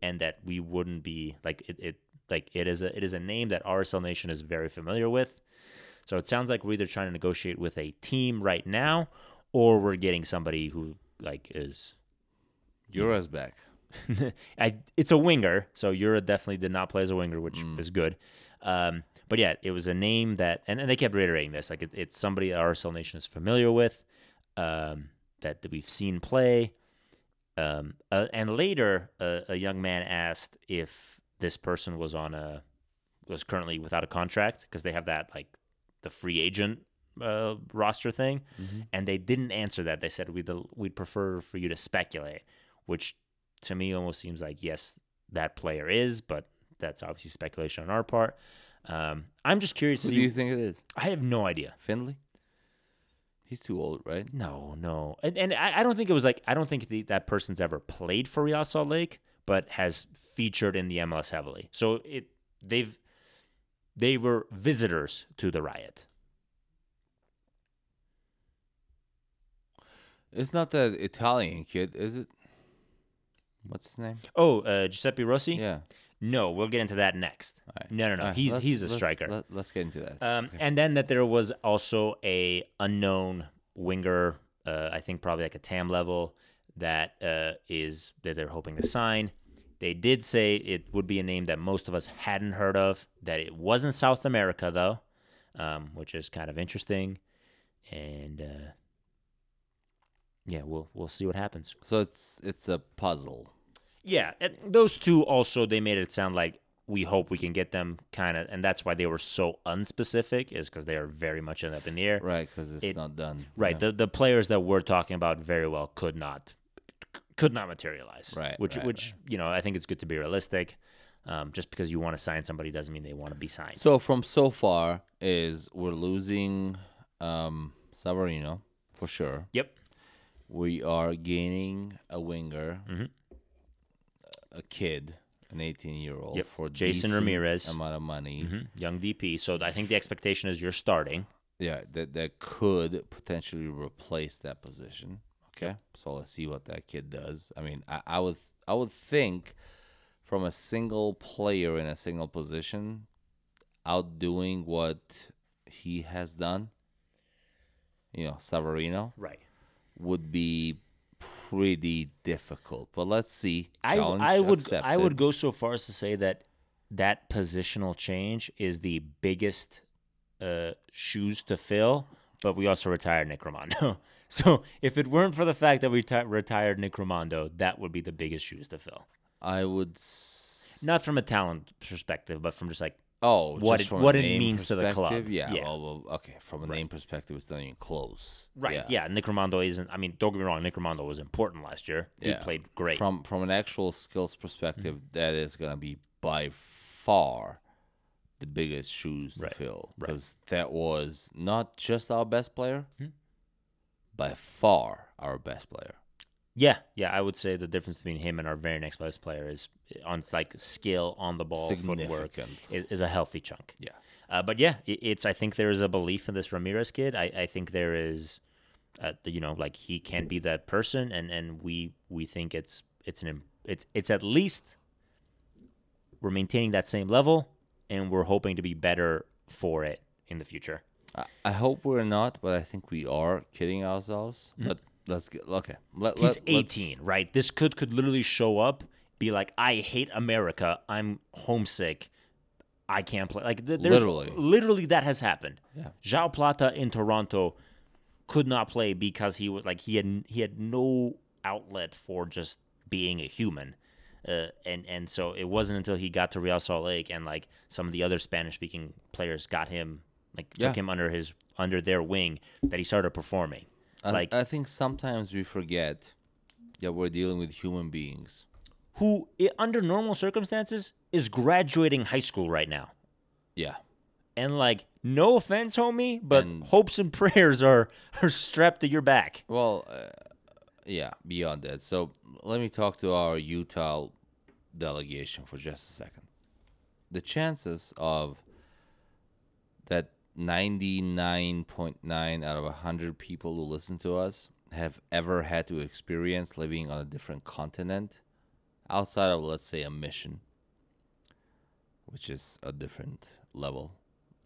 and that we wouldn't be like it. it like it is a it is a name that RSL Nation is very familiar with. So it sounds like we're either trying to negotiate with a team right now, or we're getting somebody who like is
Euro's back.
I, it's a winger, so Yura definitely did not play as a winger, which is good. Um, but yeah, it was a name that, and, and they kept reiterating this, like it, it's somebody that RSL Nation is familiar with, um, that, that we've seen play. Um, uh, and later, uh, a young man asked if this person was on a was currently without a contract because they have that like the free agent uh, roster thing,
Mm-hmm.
and they didn't answer that. They said we'd we'd prefer for you to speculate, which to me almost seems like yes that player is, but that's obviously speculation on our part. Um, I'm just curious. To
Who
see,
do you think it is?
I have no idea.
Finley? He's too old, right?
No, no, and, and I, I don't think it was like I don't think the, that person's ever played for Real Salt Lake, but has featured in the MLS heavily. So it they've they were visitors to the riot.
It's not that Italian kid, is it? What's his name?
Oh, uh, Giuseppe Rossi.
Yeah.
No, we'll get into that next.
All right.
No, no, no.
All right,
he's
let's-
he's a
let's-
striker.
Let, us get into that.
Um, And then that there was also a unknown winger, uh, I think probably like a TAM level that uh, is that they're hoping to sign. They did say it would be a name that most of us hadn't heard of. That it wasn't South America though, um, which is kind of interesting. And uh, yeah, we'll we'll see what happens.
so it's it's a puzzle.
Yeah, and those two also they made it sound like we hope we can get them kind of, and that's why they were so unspecific is because they are very much up in the air.
Right, because it's
It-
not done.
Right.
Yeah.
The the players that we're talking about very well could not could not materialize.
Right,
Which
right,
which you know I think it's good to be realistic. Um, just because you want to sign somebody doesn't mean they want to be signed.
So from so far is we're losing um Savarino for sure.
Yep.
We are gaining a winger,
Mm-hmm.
a kid, an 18 year old
Yep,
for
Jason
decent
Ramirez.
amount of money.
Hmm, Young DP. So I think the expectation is you're starting.
Yeah, that that could potentially replace that position. Okay, so let's see what that kid does. I mean, I, I would I would think from a single player in a single position, outdoing what he has done, you know, Savarino
Right.
would be pretty difficult. But let's see.
I,
Challenge
I would I
accepted.
would go so far as to say that that positional change is the biggest uh, shoes to fill. But we also retired Nick Romano. so if it weren't for the fact that we ti retired Nick Romano, that would be the biggest shoes to fill.
I would. S-
Not from a talent perspective, but from just like
Oh,
what
just
it-
from a
what it
name
means to the club.
perspective? Yeah.
Yeah.
Well, well, okay. From a name perspective, it's not even close.
right, yeah. Nick Romano isn't. I mean, don't get me wrong. Nick Romano was important last year. He
Yeah.
played great.
From
Mm-hmm.
from an actual skills perspective, that is gonna be by far the biggest shoes to fill because that was not just our best player,
Hmm?
by far our best player.
yeah, yeah. I would say the difference between him and our very next best player is uh, on like skill on the ball, footwork,
Significant.
is, is a healthy chunk.
Yeah.
Uh, but yeah, i it's. I think there is a belief in this Ramirez kid. I, I think there is, uh, you know, like he can be that person, and and we we think it's it's an im- it's it's at least we're maintaining that same level, and we're hoping to be better for it in the future.
I, I hope we're not, but I think we are kidding ourselves. But let's get okay. Let,
Hmm? He's
let- let's-
18, right? This kid could literally show up, be like, "I hate America. I'm homesick. I can't play." Like, th- there's,
Literally.
literally that has happened.
Yeah.
Jao Plata in Toronto could not play because he was like he had he had no outlet for just being a human. Uh, and and so it wasn't until he got to Real Salt Lake and like some of the other Spanish speaking players got him like
Yeah.
took him under his under their wing that he started performing.
I,
like
I think sometimes we forget that we're dealing with human beings.
who, i- under normal circumstances, is graduating high school right now.
Yeah.
And like, no offense, homie, but
And-
hopes and prayers are are strapped to your back.
Well, uh, yeah, beyond that. So let me talk to our Utah delegation for just a second. The chances of that 99.9 out of 100 people who listen to us have ever had to experience living on a different continent outside of, let's say, a mission, which is a different level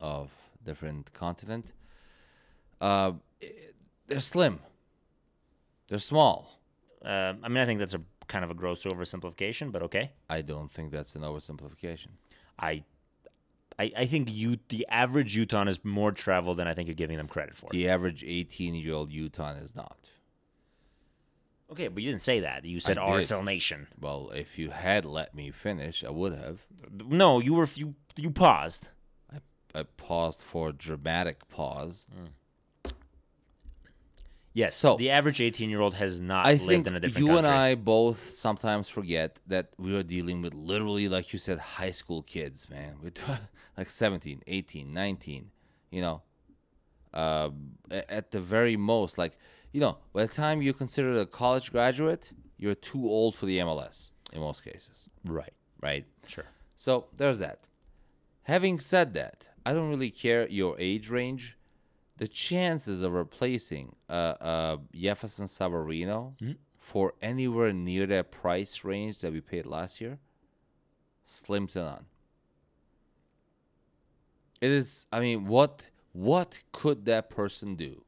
of different continent, uh, it- they're slim. They're small.
Uh, I mean, I think that's a kind of a gross oversimplification, but okay.
I don't think that's an oversimplification.
I, I, I think you, the average Utah is more traveled than I think you're giving them credit for.
The average 18 year old Utah is not.
Okay, but you didn't say that. You said
did.
RSL Nation.
Well, if you had let me finish, I would have.
No, you were you you paused.
I, I paused for a dramatic pause.
Yes.
So-
the average 18 year old has not
I
lived
think
in a different
you
country.
and I both sometimes forget that we are dealing with literally, like you said, high school kids, man. With like 17, 18, 19, you know, um, a- at the very most, like, you know, by the time you're considered a college graduate, you're too old for the MLS in most cases,
right.
right?
Sure.
So there's that. Having said that, I don't really care your age range. The chances of replacing uh, uh, Jefferson Savarino for anywhere near that price range that we paid last year, slim to none. It is. I mean, what what could that person do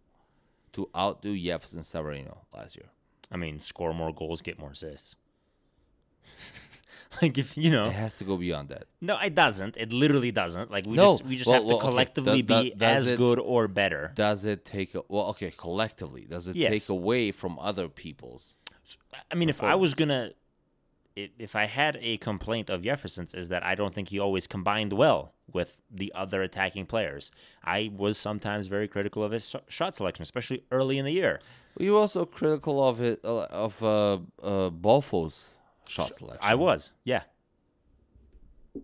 to outdo Jefferson Savarino last year?
I mean, score more goals, get more assists. like if you know,
It has to go beyond that.
no, it doesn't. It literally doesn't. Like we
No.
just we just
Well,
have to
well, okay.
collectively
Th-
be
th- does
as
it-
good or better.
Does it take a, well? Okay, collectively, does it
Yes.
take away from other people's?
I mean, if I was gonna, i- if I had a complaint of Jefferson's, is that I don't think he always combined well with the other attacking players. I was sometimes very critical of his sh- shot selection, especially early in the year.
Well, you were also critical of it of uh, uh, Bofo's shot selection.
I was, yeah.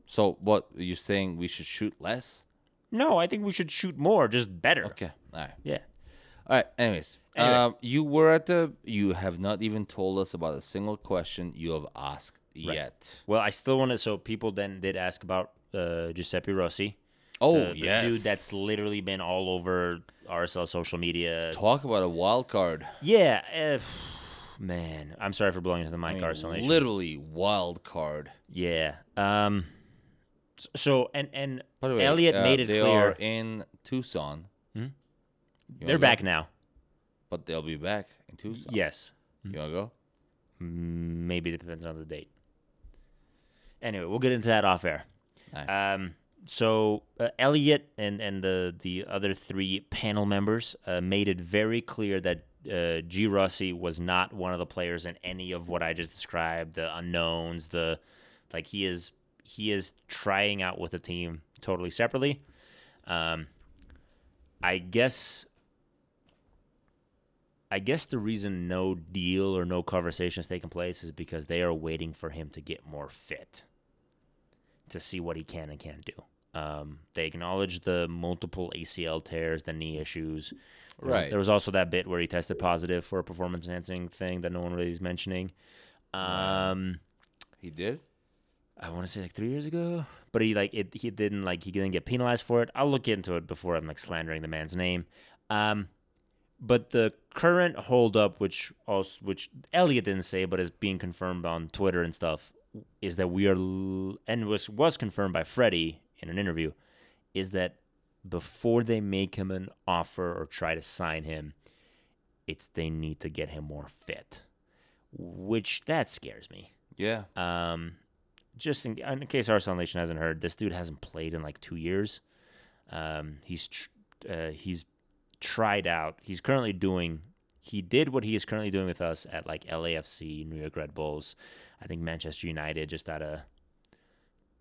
so what you're saying? We should shoot less?
No, I think we should shoot more, just better.
Okay, all right,
Yeah.
all right. Anyways,
Anyway.
Um, you were at the. You have not even told us about a single question you have asked yet.
Well, I still want to. So people then did ask about uh, Giuseppe Rossi. Uh,
Oh
the, the
yes,
dude that's literally been all over RSL social media.
talk about a wild card.
Yeah, uh, man, I'm sorry for blowing into the mic,
I mean,
Arsenal Nation.
literally wild card.
Yeah. Um. s- So and and
By the way,
Elliot
uh,
made it
they
clear
are
Hmm?
in Tucson. You wanna
they're
go?
back now.
but they'll be back in Tucson.
Yes,
You wanna go?
Mm, maybe it depends on the date. Anyway, we'll get into that off air.
Nice.
Um. So uh, Elliot and and the the other three panel members uh, made it very clear that uh, G Rossi was not one of the players in any of what I just described. The unknowns, the like he is he is trying out with the team totally separately. Um, I guess. I guess the reason no deal or no conversation is taking place is because they are waiting for him to get more fit to see what he can and can't do. Um, they acknowledge the multiple ACL tears, the knee issues. There was-
Right.
There was also that bit where he tested positive for a performance enhancing thing that no one really is mentioning. Um,
He did.
I want to say like three years ago, but he like it. He didn't like he didn't get penalized for it. I'll look into it before I'm like slandering the man's name. Um, but the current holdup, which also which Elliot didn't say, but is being confirmed on Twitter and stuff, is that we are l- and was was confirmed by Freddie in an interview, is that before they make him an offer or try to sign him, it's they need to get him more fit, which that scares me.
Yeah.
Um, just in, in case Arsenal Nation hasn't heard, this dude hasn't played in like two years. Um, he's tr- uh, he's tried out. He's currently doing. He did what he is currently doing with us at like LAFC, New York Red Bulls. I think Manchester United just out of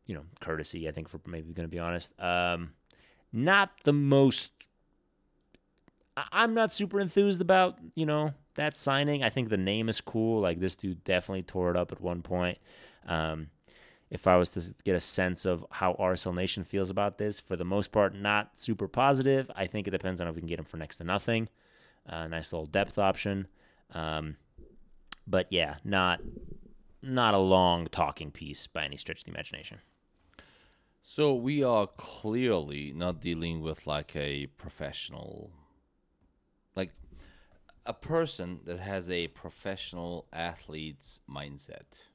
you know courtesy. I think for maybe going to be honest, um, not the most. I- I'm not super enthused about you know that signing. I think the name is cool. Like this dude definitely tore it up at one point. Um, if I was to s- get a sense of how RSL Nation feels about this, for the most part, not super positive. I think it depends on if we can get him for next to nothing. Uh, nice little depth option, um, but yeah, not not a long talking piece by any stretch of the imagination.
So we are clearly not dealing with like a professional, like a person that has a professional athlete's mindset.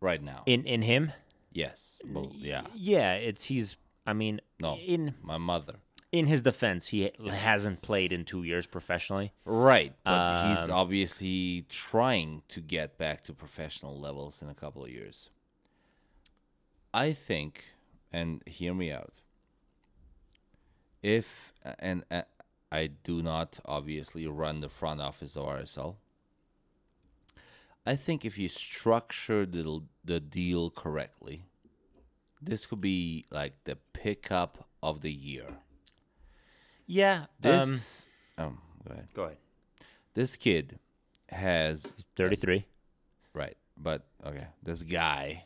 Right now,
In in him,
yes, well, yeah,
yeah, it's he's. I mean,
No.
in
my mother.
in his defense, he hasn't played in two years professionally.
Right, but he's obviously trying to get back to professional levels in a couple of years. I think, and hear me out. If and uh, I do not obviously run the front office of RSL. I think if you structure the the deal correctly, this could be like the pickup of the year.
Yeah, um,
This um go ahead.
go ahead.
This kid has
Thirty three.
Right. But okay, this guy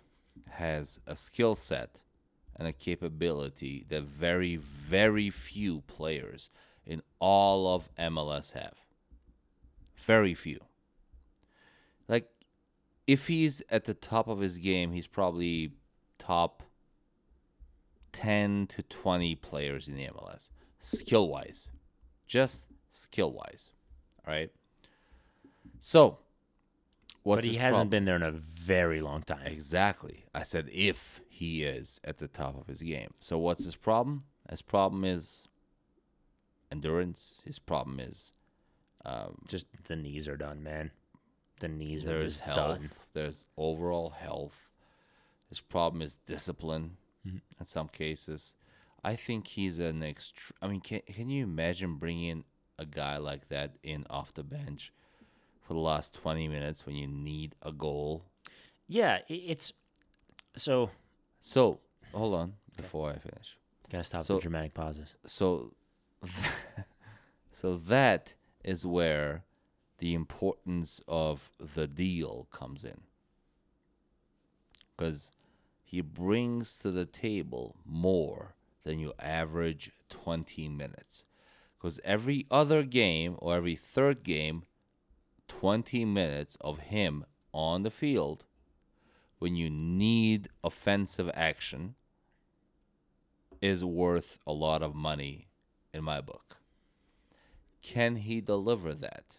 has a skill set and a capability that very, very few players in all of MLS have. Very few. Like, if he's at the top of his game, he's probably top 10 to 20 players in the MLS, skill wise. Just skill wise. All right. So, what's
But he
his
hasn't
problem?
been there in a very long time.
Exactly. I said if he is at the top of his game. So what's his problem? His problem is endurance. His problem is um,
just the knees are done, man. The knees are
there's
just
health.
done.
There's overall health. His problem is discipline.
Mm-hmm.
In some cases, I think he's an extr I mean, can can you imagine bringing a guy like that in off the bench for the last twenty minutes when you need a goal?
Yeah, i- it's so.
So hold on before I finish.
Gotta stop
So-
the dramatic pauses.
so so that is where the importance of the deal comes in because he brings to the table more than your average 20 minutes because every other game or every third game 20 minutes of him on the field when you need offensive action is worth a lot of money in my book. Can he deliver that?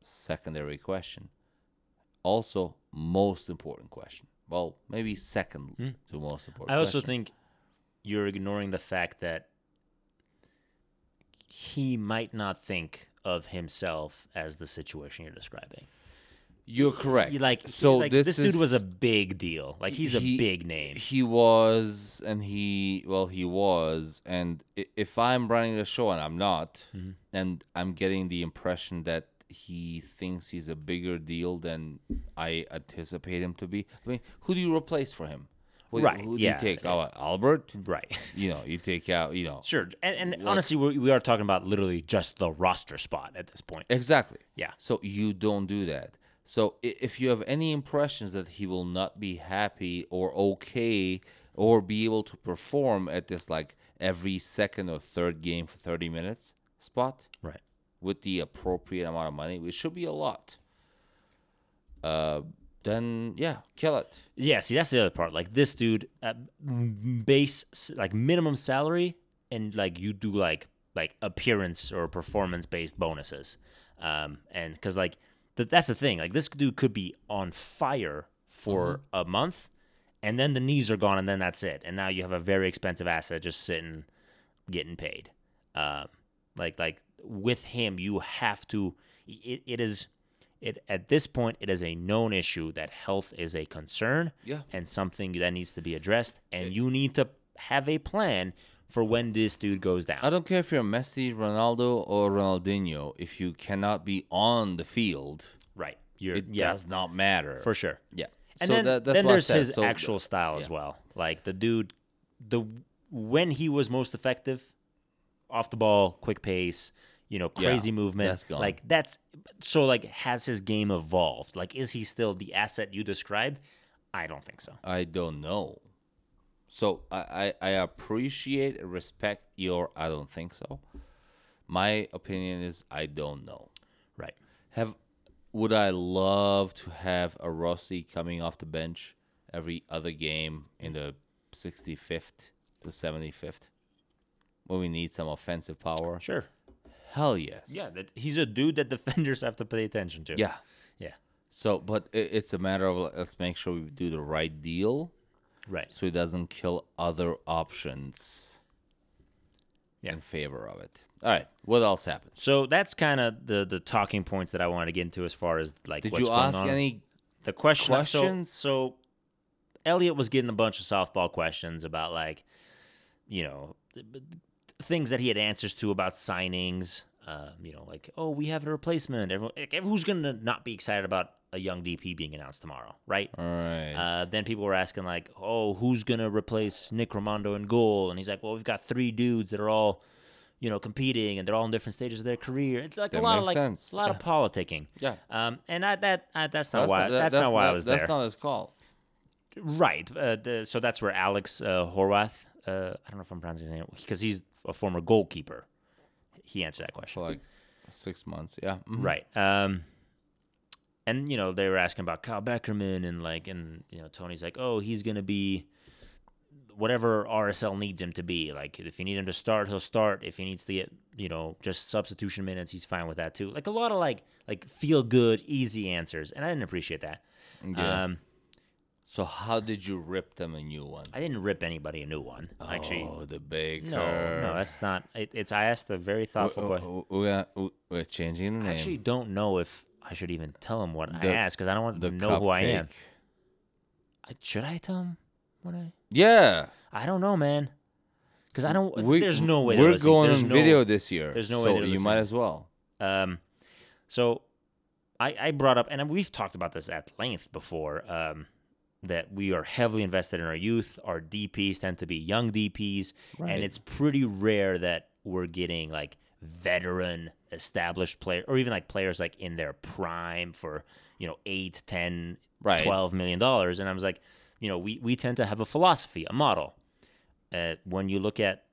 Secondary question. Also, most important question. Well, maybe second to most important.
Hmm. I also
question.
think you're ignoring the fact that he might not think of himself as the situation you're describing.
you're correct.
You like
so,
like,
this,
this, dude was
is-
a big deal. Like he's
he-
a big name.
He was, and he well, he was, and i- if I'm running the show and I'm not,
Mm-hmm.
and I'm getting the impression that he thinks he's a bigger deal than I anticipate him to be. I mean, who do you replace for him? Who,
Right,
Who do
yeah.
you take? Oh, Albert.
right.
You know, you take out. You know,
sure. And, and honestly, we, we are talking about literally just the roster spot at this point.
Exactly.
Yeah.
So you don't do that. So i- if you have any impressions that he will not be happy or okay or be able to perform at this like every second or third game for 30 minutes spot
Right.
with the appropriate amount of money, which should be a lot. Uh then yeah, kill it.
Yeah, see, that's the other part. Like this dude, uh, m- base s- like minimum salary, and like you do like like appearance or performance based bonuses, um, and because like th- that's the thing. Like this dude could be on fire for a month, and then the knees are gone, and then that's it. And now you have a very expensive asset just sitting, getting paid. Um, like like with him, you have to. It, it is it at this point it is a known issue that health is a concern
Yeah.
and something that needs to be addressed, and you need to have a plan for when this dude goes down.
I don't care if you're Messi, Ronaldo, or Ronaldinho. If you cannot be on the field,
right? You're,
it
yeah,
does not matter.
for sure.
yeah.
And then,
that-
then
what I
there's
said.
his
So
actual style as
yeah.
well. Like the dude, the when he was most effective, off the ball, quick pace, you know,
Yeah,
crazy movement.
that's gone.
Like that's so like has his game evolved? Like is he still the asset you described? I don't think so.
I don't know. So I, I, I appreciate and respect your I don't think so. My opinion is I don't know.
Right.
Have would I love to have a Rossi coming off the bench every other game in the sixty fifth to seventy fifth? When we need some offensive power.
Sure.
Hell yes.
Yeah, that, he's a dude that defenders have to pay attention to.
Yeah.
Yeah.
So but it, it's a matter of let's make sure we do the right deal
Right.
so it doesn't kill other options
Yeah.
in favor of it. All right, what else happened?
So that's kind of the the talking points that I wanted to get into as far as like
Did
what's
you
going
ask
on.
any?
the question so-
questions?
So, Elliot was getting a bunch of softball questions about like, you know, th- th- things that he had answers to about signings. Uh, you know, like oh, we have a replacement. Everyone, like, who's gonna not be excited about a young DP being announced tomorrow, right?
All right.
Uh, then people were asking like, "Oh, who's gonna replace Nick Romando in goal?" And he's like, "Well, we've got three dudes that are all, you know, competing, and they're all in different stages of their career." It's like
That
a lot of
makes
like
sense.
a lot of politicking.
Yeah.
Um, and I, that I, that's not why that's, not why I was
that's
there.
not his call.
Right. Uh, the, so that's where Alex uh, Horwath. Uh, I don't know if I'm pronouncing his name because he's a former goalkeeper. He answered that question.
For like six months. Yeah. mhm.
Right. Um, and you know they were asking about Kyle Beckerman and like and you know Tony's like, oh, he's gonna be whatever RSL needs him to be. Like if you need him to start, he'll start. If he needs to get you know just substitution minutes, he's fine with that too. Like a lot of like like feel good, easy answers, and I didn't appreciate that.
Yeah.
Um,
so how did you rip them a new one?
I didn't rip anybody a new one. Actually,
oh, the baker. uh,
no, no, that's not. It, it's I asked a very thoughtful
we're,
question.
we're, we're, we're changing the
I
oh, name.
actually don't know if I should even tell him what I
The-
asked because I don't want
the
them to know who I am.
cupcake.
I, should I tell him what I?
Yeah.
I don't know, man. Because I don't.
We,
there's no way. they're
We're
listening.
going
There's
on
no-
video this year.
there's no way
so
they're
you
listening.
might as well.
Um, so I, I brought up, and we've talked about this at length before, um, that we are heavily invested in our youth. Our DPs tend to be young DPs,
Right.
and it's pretty rare that we're getting like veteran established player or even like players like in their prime for you know 8 10
Right.
12 million dollars and i was like you know we, we tend to have a philosophy a model uh, when you look at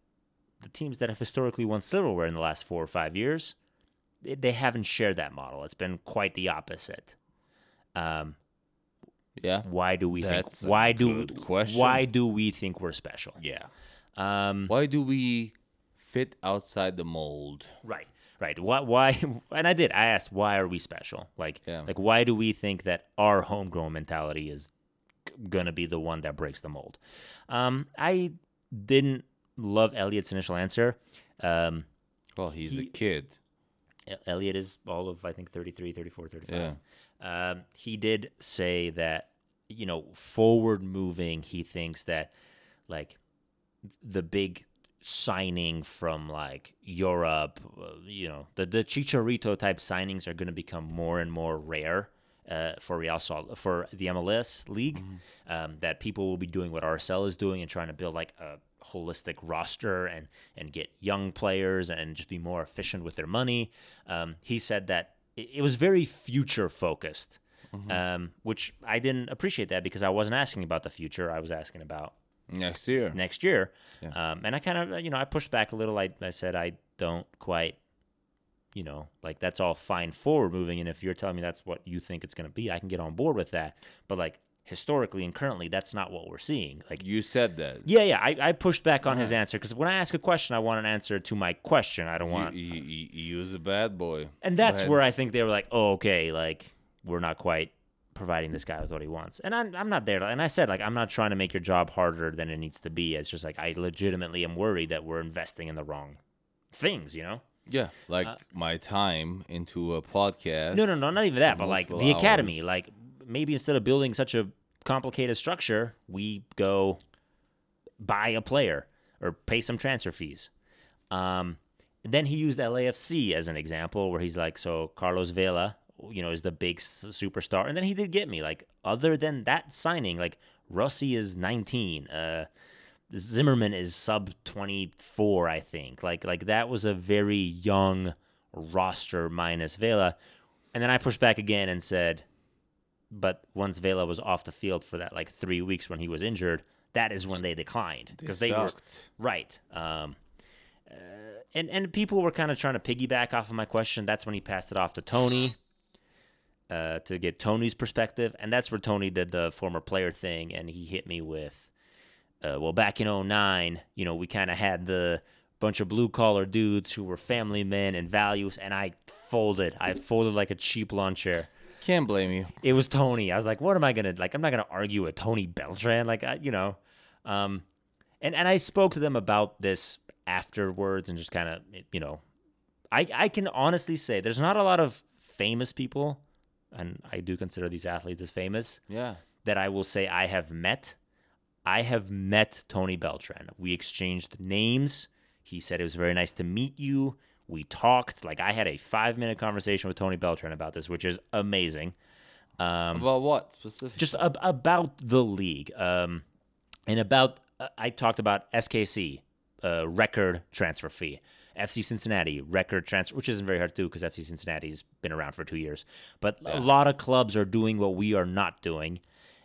the teams that have historically won silverware in the last four or five years they, they haven't shared that model it's been quite the opposite um,
Yeah.
why do we
That's a
think why do
good question.
why do we think we're special
Yeah.
um,
Why do we fit outside the mold?
Right. Right. Why? Why? And I did. I asked, why are we special? Like,
Yeah.
like, why do we think that our homegrown mentality is g- gonna be the one that breaks the mold? Um, I didn't love Elliot's initial answer. Um,
Well, he's a
He-
kid.
E- Elliot is all of I think 33, 34, 35.
Yeah.
Um, he did say that you know forward moving. He thinks that like the big signing from like Europe, uh, you know, the the Chicharito type signings are going to become more and more rare. Uh, for Real Salt, for the MLS league, um, that people will be doing what RSL is doing and trying to build like a holistic roster and and get young players and just be more efficient with their money. Um, he said that it, it was very future focused, um, which I didn't appreciate that because I wasn't asking about the future. I was asking about
Next year.
next year. Um, and I kind of, you know, I pushed back a little. I, I said, I don't quite, you know, like that's all fine forward moving. And if you're telling me that's what you think it's going to be, I can get on board with that. But like historically and currently, that's not what we're seeing. Like,
you said that.
yeah, yeah, I, I pushed back on his answer because when I ask a question, I want an answer to my question. I don't
You,
want.
you, you, you was a bad boy.
And that's
ahead.
where I think they were like, oh, okay, like we're not quite providing this guy with what he wants. And I'm, I'm not there. to- And I said, like, I'm not trying to make your job harder than it needs to be. It's just like, I legitimately am worried that we're investing in the wrong things, you know?
Yeah, like my time into a podcast.
No, no, no, not even that, but like the
multiple
academy.
hours.
Like maybe instead of building such a complicated structure, we go buy a player or pay some transfer fees. Um, then he used LAFC as an example, where he's like, so Carlos Vela, you know, is the big s- superstar, and then he did get me. Like other than that signing, like Rossi is 19. Uh, Zimmerman is sub 24, I think. Like like that was a very young roster minus Vela. And then I pushed back again and said, but once Vela was off the field for that like three weeks when he was injured, that is when they declined because they, were
sucked.
right. Um, uh, and and people were kind of trying to piggyback off of my question. That's when he passed it off to Tony uh, to get Tony's perspective, and that's where Tony did the former player thing, and he hit me with, uh, well, back in 09, you know, we kind of had the bunch of blue collar dudes who were family men and values, and I folded. I folded like a cheap lawn chair.
Can't blame you.
It was Tony. I was like, what am I gonna like? I'm not gonna argue with Tony Beltran, like I, you know. Um, and and I spoke to them about this afterwards, and just kind of you know, I I can honestly say there's not a lot of famous people, and I do consider these athletes as famous
Yeah.
that I will say I have met. I have met Tony Beltran. We exchanged names. He said it was very nice to meet you. We talked. Like I had a five minute conversation with Tony Beltran about this, which is amazing.
Um, About what specifically?
Just ab- about the league. Um, and about uh, I talked about SKC uh, record transfer fee, FC Cincinnati record transfer, which isn't very hard to do because FC Cincinnati's been around for two years. But a lot of clubs are doing what we are not doing,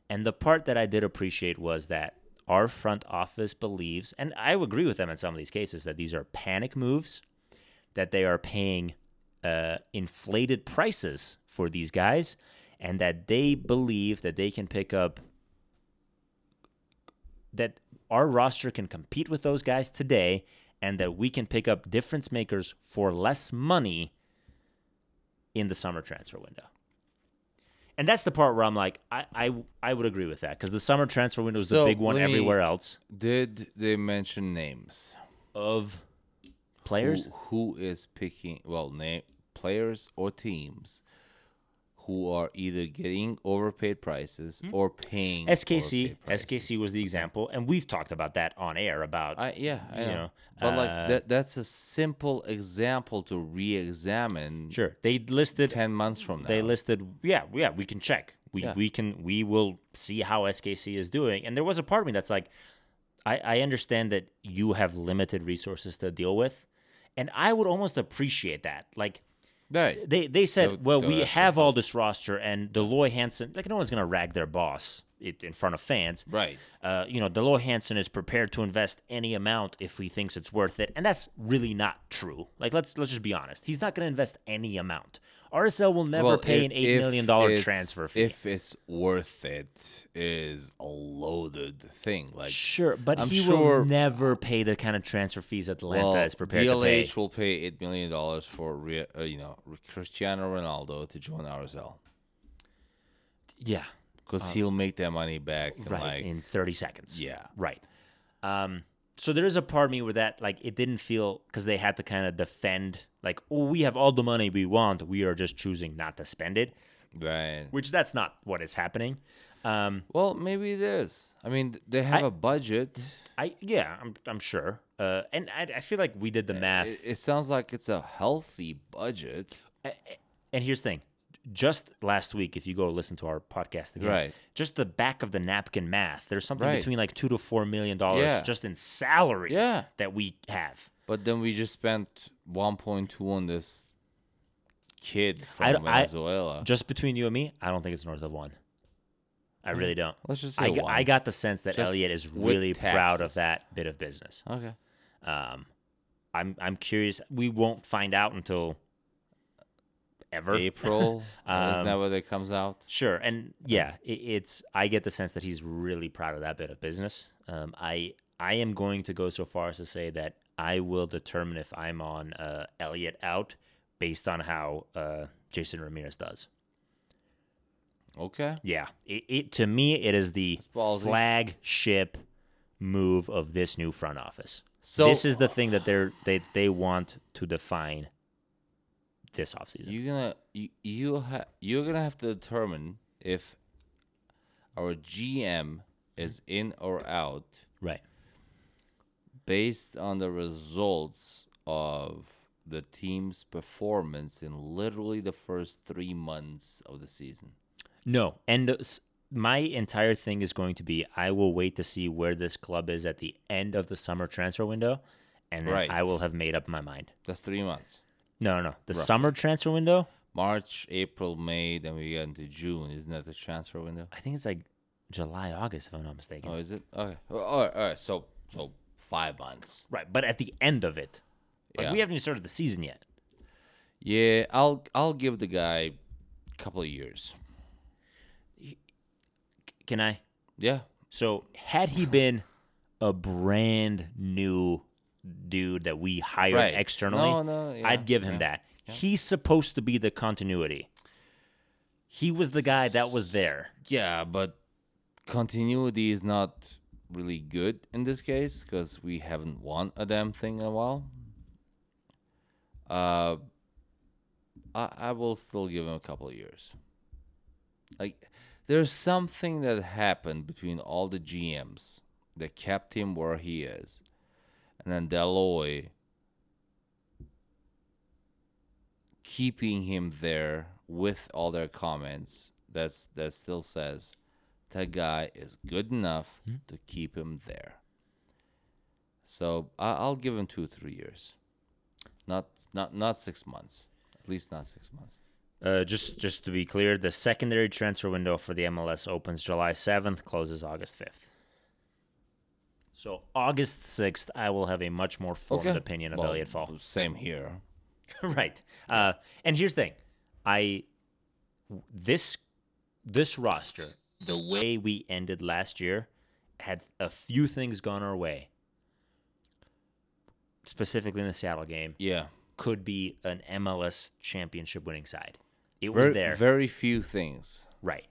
and the part that I did appreciate was that our front office believes, and I agree with them in some of these cases, that these are panic moves, that they are paying uh, inflated prices for these guys, and that they believe that they can pick up that our roster can compete with those guys today and that we can pick up difference makers for less money in the summer transfer window. And that's the part where I'm like, I I, I would agree with that because the summer transfer window is
So,
the big one
let me-
everywhere else
Did they mention names?
of
Who,
players.
who is picking? Well, name players or teams who are either getting overpaid prices or paying
SKC
overpaid prices.
SKC was the example, and we've talked about that on air about
I yeah, I
you
know.
know,
but
uh,
like that that's a simple example to re-examine
sure they listed
10 months from now.
they listed yeah yeah we can check we
Yeah.
we can we will see how skc is doing and there was a part of me that's like i i understand that you have limited resources to deal with and i would almost appreciate that like
right.
they they said
Don't-
well
don't
we
ask
have all this roster and deloy hansen like no one's gonna rag their boss it, in front of fans
Right.
uh, you know, Deloitte Hansen is prepared to invest any amount if he thinks it's worth it, and that's really not true. Like let's let's just be honest. He's not going to invest any amount. RSL will never pay
i-
an eight
if
million dollar
it's-
transfer fee.
If it's worth it, is a loaded thing. Like
sure, but
I'm
he
sure-
will never pay the kind of transfer fees Atlanta
well,
is prepared
DLH
to pay.
will pay eight million dollars for Re- uh, you know Cristiano Ronaldo to join RSL
Yeah,
because he'll make that money back. in,
Uh, right.
like,
in thirty seconds.
yeah,
Right. Um, so there is a part of me where that like it didn't feel because they had to kind of defend like, oh, we have all the money we want. We are just choosing not to spend it,
right.
which that's not what is happening. Um,
Well, maybe it is. I mean, th- they have a budget.
I yeah, I'm I'm sure. Uh, and I, I feel like we did the math.
Eh, It, it sounds like it's a healthy budget.
and here's the thing: just last week, if you go listen to our podcast again,
Right.
Just the back of the napkin math. There's something
Right.
between like two to four million dollars
Yeah.
just in salary.
Yeah.
That we have.
But then we just spent 1.2 on this kid from
I d- I-
Venezuela.
Just between you and me, I don't think it's north of one. I really don't.
Let's just say
I, g-
one.
I got the sense that
Just
Elliot is
with
really proud of
taxes.
that bit of business.
okay.
Um, I'm I'm curious. We won't find out until ever.
April
Um,
isn't that when it comes out?
Sure, and yeah, it, it's. I get the sense that he's really proud of that bit of business. Um, I I am going to go so far as to say that I will determine if I'm on uh, Elliot out based on how uh, Jason Ramirez does.
Okay.
Yeah, it, it to me it is the
ballsy.
flagship move of this new front office.
So-
this is the thing that they're they they want to define this offseason.
You're gonna you you ha- you're gonna have to determine if our GM is in or out
right.
based on the results of the team's performance in literally the first three months of the season.
No, and the- s- my entire thing is going to be I will wait to see where this club is at the end of the summer transfer window, and then
Right.
I will have made up my mind.
That's three months.
No, no, no. The summer transfer window.
March, April, May, then we get into June. Isn't that the transfer window?
I think it's like July, August, if I'm not mistaken.
Oh, is it? Okay. Well, All right. All right. So so five months.
Right, but at the end of it, like
Yeah.
we haven't even started the season yet.
Yeah. I'll I'll give the guy a couple of years.
Can I?
Yeah.
So had he been a brand new dude that we hired
Right.
externally,
No, no, yeah,
I'd give him
yeah,
that. He's supposed to be the continuity. He was the guy that was there.
Yeah, but continuity is not really good in this case because we haven't won a damn thing in a while. Uh, I I will still give him a couple of years. Like, there's something that happened between all the GMs that kept him where he is, and then Deloy keeping him there with all their comments. That's that still says that guy is good enough
Hmm?
to keep him there. So I, I'll give him two, three years, not not not six months. At least not six months.
Uh, just just to be clear, the secondary transfer window for the MLS opens July 7th, closes August 5th. So August 6th, I will have a much more formed opinion of
Well,
Elliot Fall.
Same here.
right. Uh, and here's the thing, I this this roster, the way we ended last year, had a few things gone our way. Specifically in the Seattle game,
Yeah.
could be an MLS championship winning side. It was
Ver-
there,
Very few things,
right?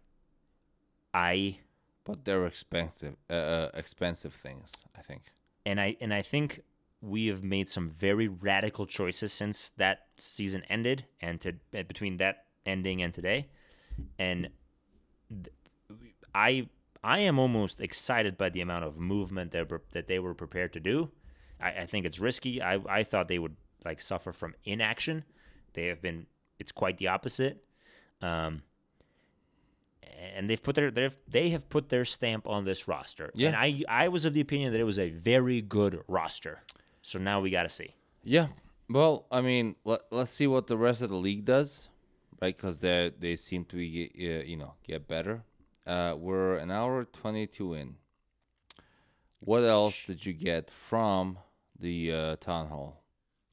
I
but they're expensive. Uh, uh, expensive things, I think.
and I and I think we have made some very radical choices since that season ended and to and between that ending and today and th- I I am almost excited by the amount of movement that were- that they were prepared to do. I, I think it's risky. I, I thought they would like suffer from inaction. They have been it's quite the opposite. Um and they've put their they've they have put their stamp on this roster.
Yeah.
And I I was of the opinion that it was a very good roster. So now we got to see.
Yeah. Well, I mean, let, let's see what the rest of the league does, right? Because they they seem to be uh, you know get better. Uh, we're an hour twenty two in. What else did you get from the uh, town hall?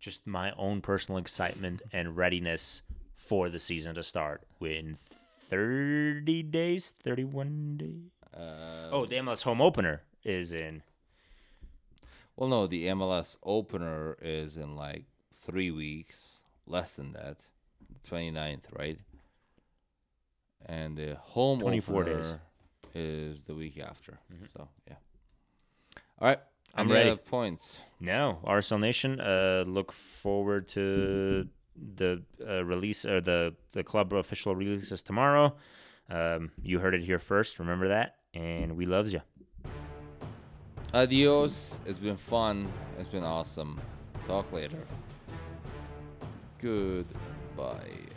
Just my own personal excitement and readiness for the season to start in 30 days, 31 days.
Uh,
Oh, the MLS home opener is in.
well, no, the MLS opener is in like three weeks, less than that, 29th, right? And the home
24
opener
days. Mm-hmm.
is the week after. So yeah. All right,
I'm
any other
ready.
Points.
No, Arsenal Nation. Uh, look forward to the uh, release or the the club official releases tomorrow. Um, you heard it here first. Remember that, and we loves you.
Adios. It's been fun. It's been awesome. Talk later. Goodbye.